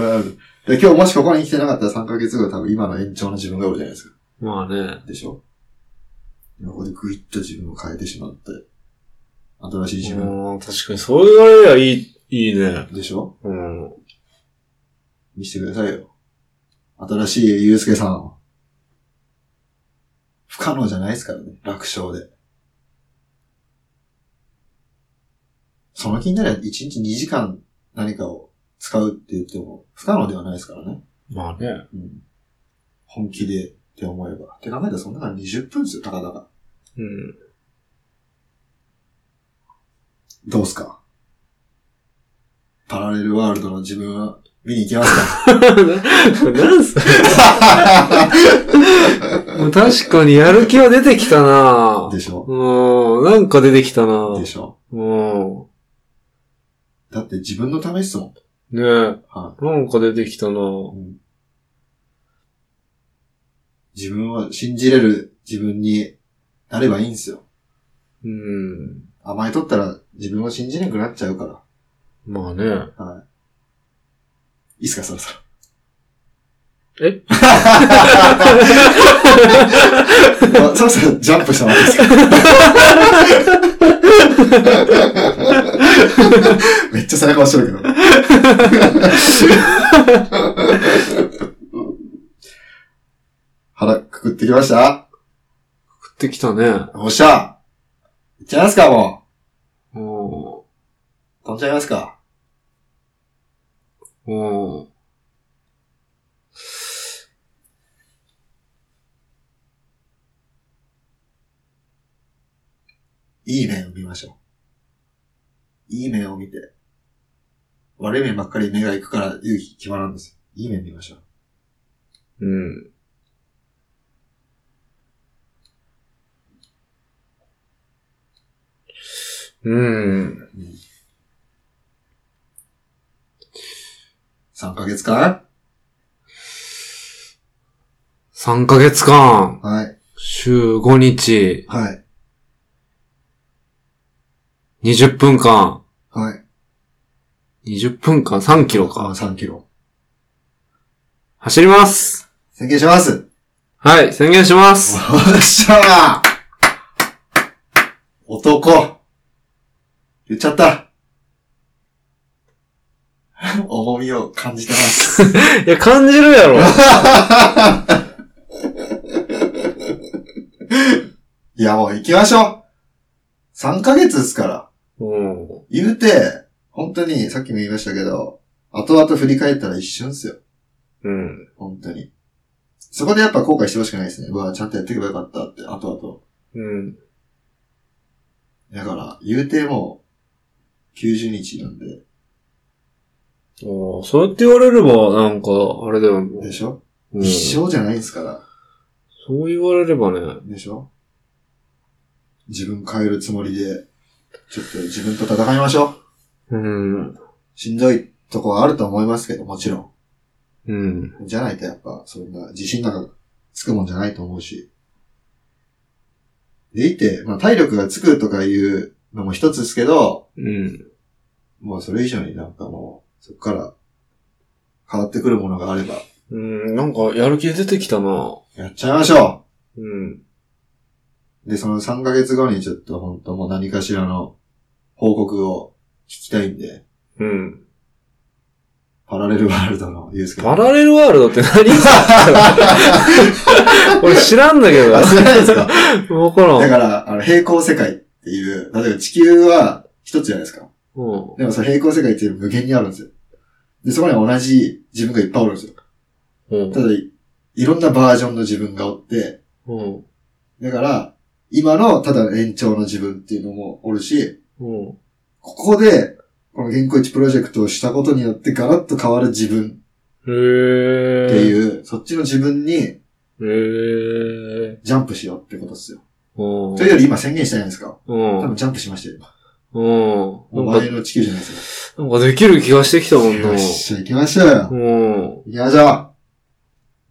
Speaker 1: ワールド。で、今日もしここに来てなかったら3ヶ月後多分今の延長の自分がおるじゃないですか。
Speaker 2: まあね。
Speaker 1: でしょ今ここでグイッと自分を変えてしまって、新しい自分。
Speaker 2: うん、確かに、そう言われりゃいい、いいね。
Speaker 1: でしょ
Speaker 2: うん。
Speaker 1: 見せてくださいよ。新しいゆうすけさんを。不可能じゃないですからね、楽勝で。その気になりゃ1日2時間何かを使うって言っても不可能ではないですからね。
Speaker 2: まあね。
Speaker 1: うん、本気でって思えば。って考えたらそんなから20分ですよ、たかだか。
Speaker 2: うん。
Speaker 1: どうすかパラレルワールドの自分は見に行きますか
Speaker 2: 何それもう確かにやる気は出てきたな
Speaker 1: でしょ
Speaker 2: うん。なんか出てきたな
Speaker 1: でしょ
Speaker 2: うん。
Speaker 1: だって自分のためっすもん。
Speaker 2: ねえ。
Speaker 1: は
Speaker 2: なんか出てきたな
Speaker 1: うん自分は信じれる自分になればいいんですよ。
Speaker 2: うん。
Speaker 1: 甘えとったら自分を信じなくなっちゃうから。
Speaker 2: まあね。
Speaker 1: いいっすか、そろそろ。
Speaker 2: え
Speaker 1: あ そろそろジャンプしたわけですかめっちゃ背中押してるけど。 腹くくってきました
Speaker 2: 食ってきたね。
Speaker 1: おっしゃいっちゃいますか、も
Speaker 2: うん。
Speaker 1: う。飛んじゃいますか。
Speaker 2: うん。
Speaker 1: いい面を見ましょう。いい面を見て。悪い面ばっかり目が行くから勇気決まらんですよ。いい面見ましょう。
Speaker 2: うん。うん。
Speaker 1: 3ヶ月間
Speaker 2: 3ヶ月間、
Speaker 1: はい。
Speaker 2: 週5日、
Speaker 1: はい。
Speaker 2: 20分間、
Speaker 1: はい。
Speaker 2: 20分間3キロ
Speaker 1: あ、
Speaker 2: か。
Speaker 1: 3キロ。
Speaker 2: 走ります
Speaker 1: 宣言します
Speaker 2: はい、宣言します
Speaker 1: おっしゃー男言っちゃった重みを感じてます。
Speaker 2: いや、感じるや ろ
Speaker 1: いや、もう行きましょう !3 ヶ月ですから。
Speaker 2: うん。
Speaker 1: 言うて、本当に、さっきも言いましたけど、後々振り返ったら一瞬っすよ。
Speaker 2: うん。
Speaker 1: 本当に。そこでやっぱ後悔してほしくないですね。うわ、ちゃんとやっていけばよかったって、後
Speaker 2: うん。
Speaker 1: 々。だから、言うてもう、90日なんで、
Speaker 2: おーそうやって言われれば、なんか、あれだよ、
Speaker 1: でしょ、
Speaker 2: うん。
Speaker 1: 一生じゃないですから。
Speaker 2: そう言われればね。
Speaker 1: でしょ自分変えるつもりで、ちょっと自分と戦いましょう。
Speaker 2: うん。
Speaker 1: しんどいとこはあると思いますけど、もちろ
Speaker 2: うん。
Speaker 1: ん。じゃないとやっぱ、そんな自信なんかつくもんじゃないと思うし。でいて、まあ体力がつくとかいうのも一つですけど、
Speaker 2: うん。
Speaker 1: もうそれ以上になんかもう、そこから変わってくるものがあれば、
Speaker 2: うん、なんか、やる気出てきたな。
Speaker 1: やっちゃいましょ
Speaker 2: うん。
Speaker 1: うで、その3ヶ月後にちょっと本当もう何かしらの報告を聞きたいんで、
Speaker 2: うん。
Speaker 1: パラレルワールドのユースケ
Speaker 2: パラレルワールドって何俺知らんだけど。
Speaker 1: あ、知らない ですか
Speaker 2: わからん。
Speaker 1: だから、あの、平行世界っていう、例えば地球は一つじゃないですか。
Speaker 2: うん。
Speaker 1: でもその平行世界っていうのは無限にあるんですよ。で、そこには同じ自分がいっぱいおるんですよ。
Speaker 2: うん
Speaker 1: た。だ、いいろんなバージョンの自分がおって、
Speaker 2: うん。
Speaker 1: だから、今のただ延長の自分っていうのもおるし、
Speaker 2: うん。
Speaker 1: ここで、この原稿1プロジェクトをしたことによってガラッと変わる自分
Speaker 2: へ
Speaker 1: っ
Speaker 2: ー。
Speaker 1: て
Speaker 2: う。
Speaker 1: いう、そっちの自分に
Speaker 2: へー。
Speaker 1: ジャンプしようってことですよ。
Speaker 2: うん。
Speaker 1: というより今宣言したじゃないですか。
Speaker 2: うん
Speaker 1: 多。分ジャンプしましたよ。今
Speaker 2: うん。
Speaker 1: お
Speaker 2: なんか
Speaker 1: 前、の地球じゃないですか。
Speaker 2: なんかできる気がしてきたもんな。
Speaker 1: よっしゃ、行きましょうよ。
Speaker 2: うん。
Speaker 1: 行きましょ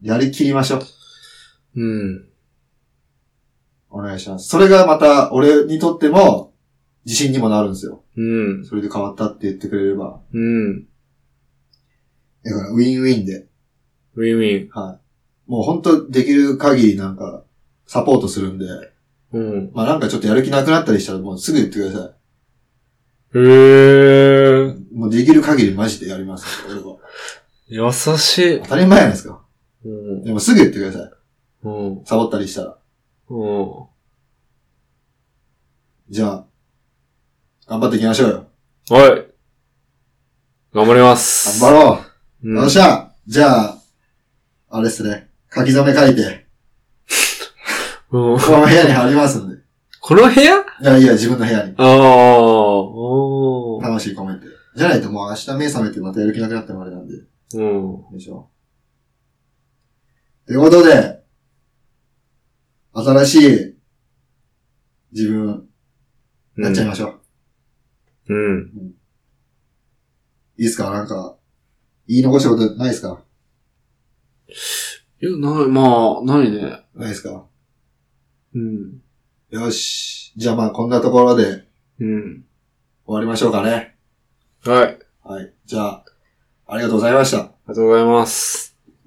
Speaker 1: う。やりきりましょう。
Speaker 2: うん。
Speaker 1: お願いします。それがまた、俺にとっても、自信にもなるんですよ。
Speaker 2: うん。
Speaker 1: それで変わったって言ってくれれば。
Speaker 2: うん。
Speaker 1: だから、ウィンウィンで。
Speaker 2: ウィンウィン。
Speaker 1: はい。もう本当できる限りなんか、サポートするんで。
Speaker 2: うん。
Speaker 1: まあなんかちょっとやる気なくなったりしたら、もうすぐ言ってくださ
Speaker 2: へー。
Speaker 1: い。もうできる限りマジでやります。俺は。
Speaker 2: 優しい
Speaker 1: 当。たり前じゃないですか。
Speaker 2: うん。
Speaker 1: でもすぐ言ってください。
Speaker 2: うん。
Speaker 1: サボったりしたら。
Speaker 2: うん。
Speaker 1: じゃあ、頑張っていきましょうよ。
Speaker 2: はい。頑張ります。
Speaker 1: 頑張ろう。
Speaker 2: うん
Speaker 1: よっしゃじゃあ、あれっすね。書き初め書いて、
Speaker 2: う
Speaker 1: こ
Speaker 2: ん
Speaker 1: の部屋に貼りますんで。
Speaker 2: この部屋あ
Speaker 1: いやいや、自分の部屋に。
Speaker 2: あ。おー
Speaker 1: 楽しいコメント。じゃないともう明日目覚めてまたやる気なくなってもあれなんで。
Speaker 2: うん。
Speaker 1: でしょ。ということで、新しい自分、なっちゃいましょう。
Speaker 2: うん。
Speaker 1: いいっすかなんか、言い残したことないっすか
Speaker 2: いや、ない、まあ、ないね。
Speaker 1: ないっすか
Speaker 2: うん。
Speaker 1: よし。じゃあまあこんなところで終
Speaker 2: うん。
Speaker 1: わりましょうかね。
Speaker 2: はい。あり
Speaker 1: はい。じゃあ、ありがとうございました。
Speaker 2: がとうございます。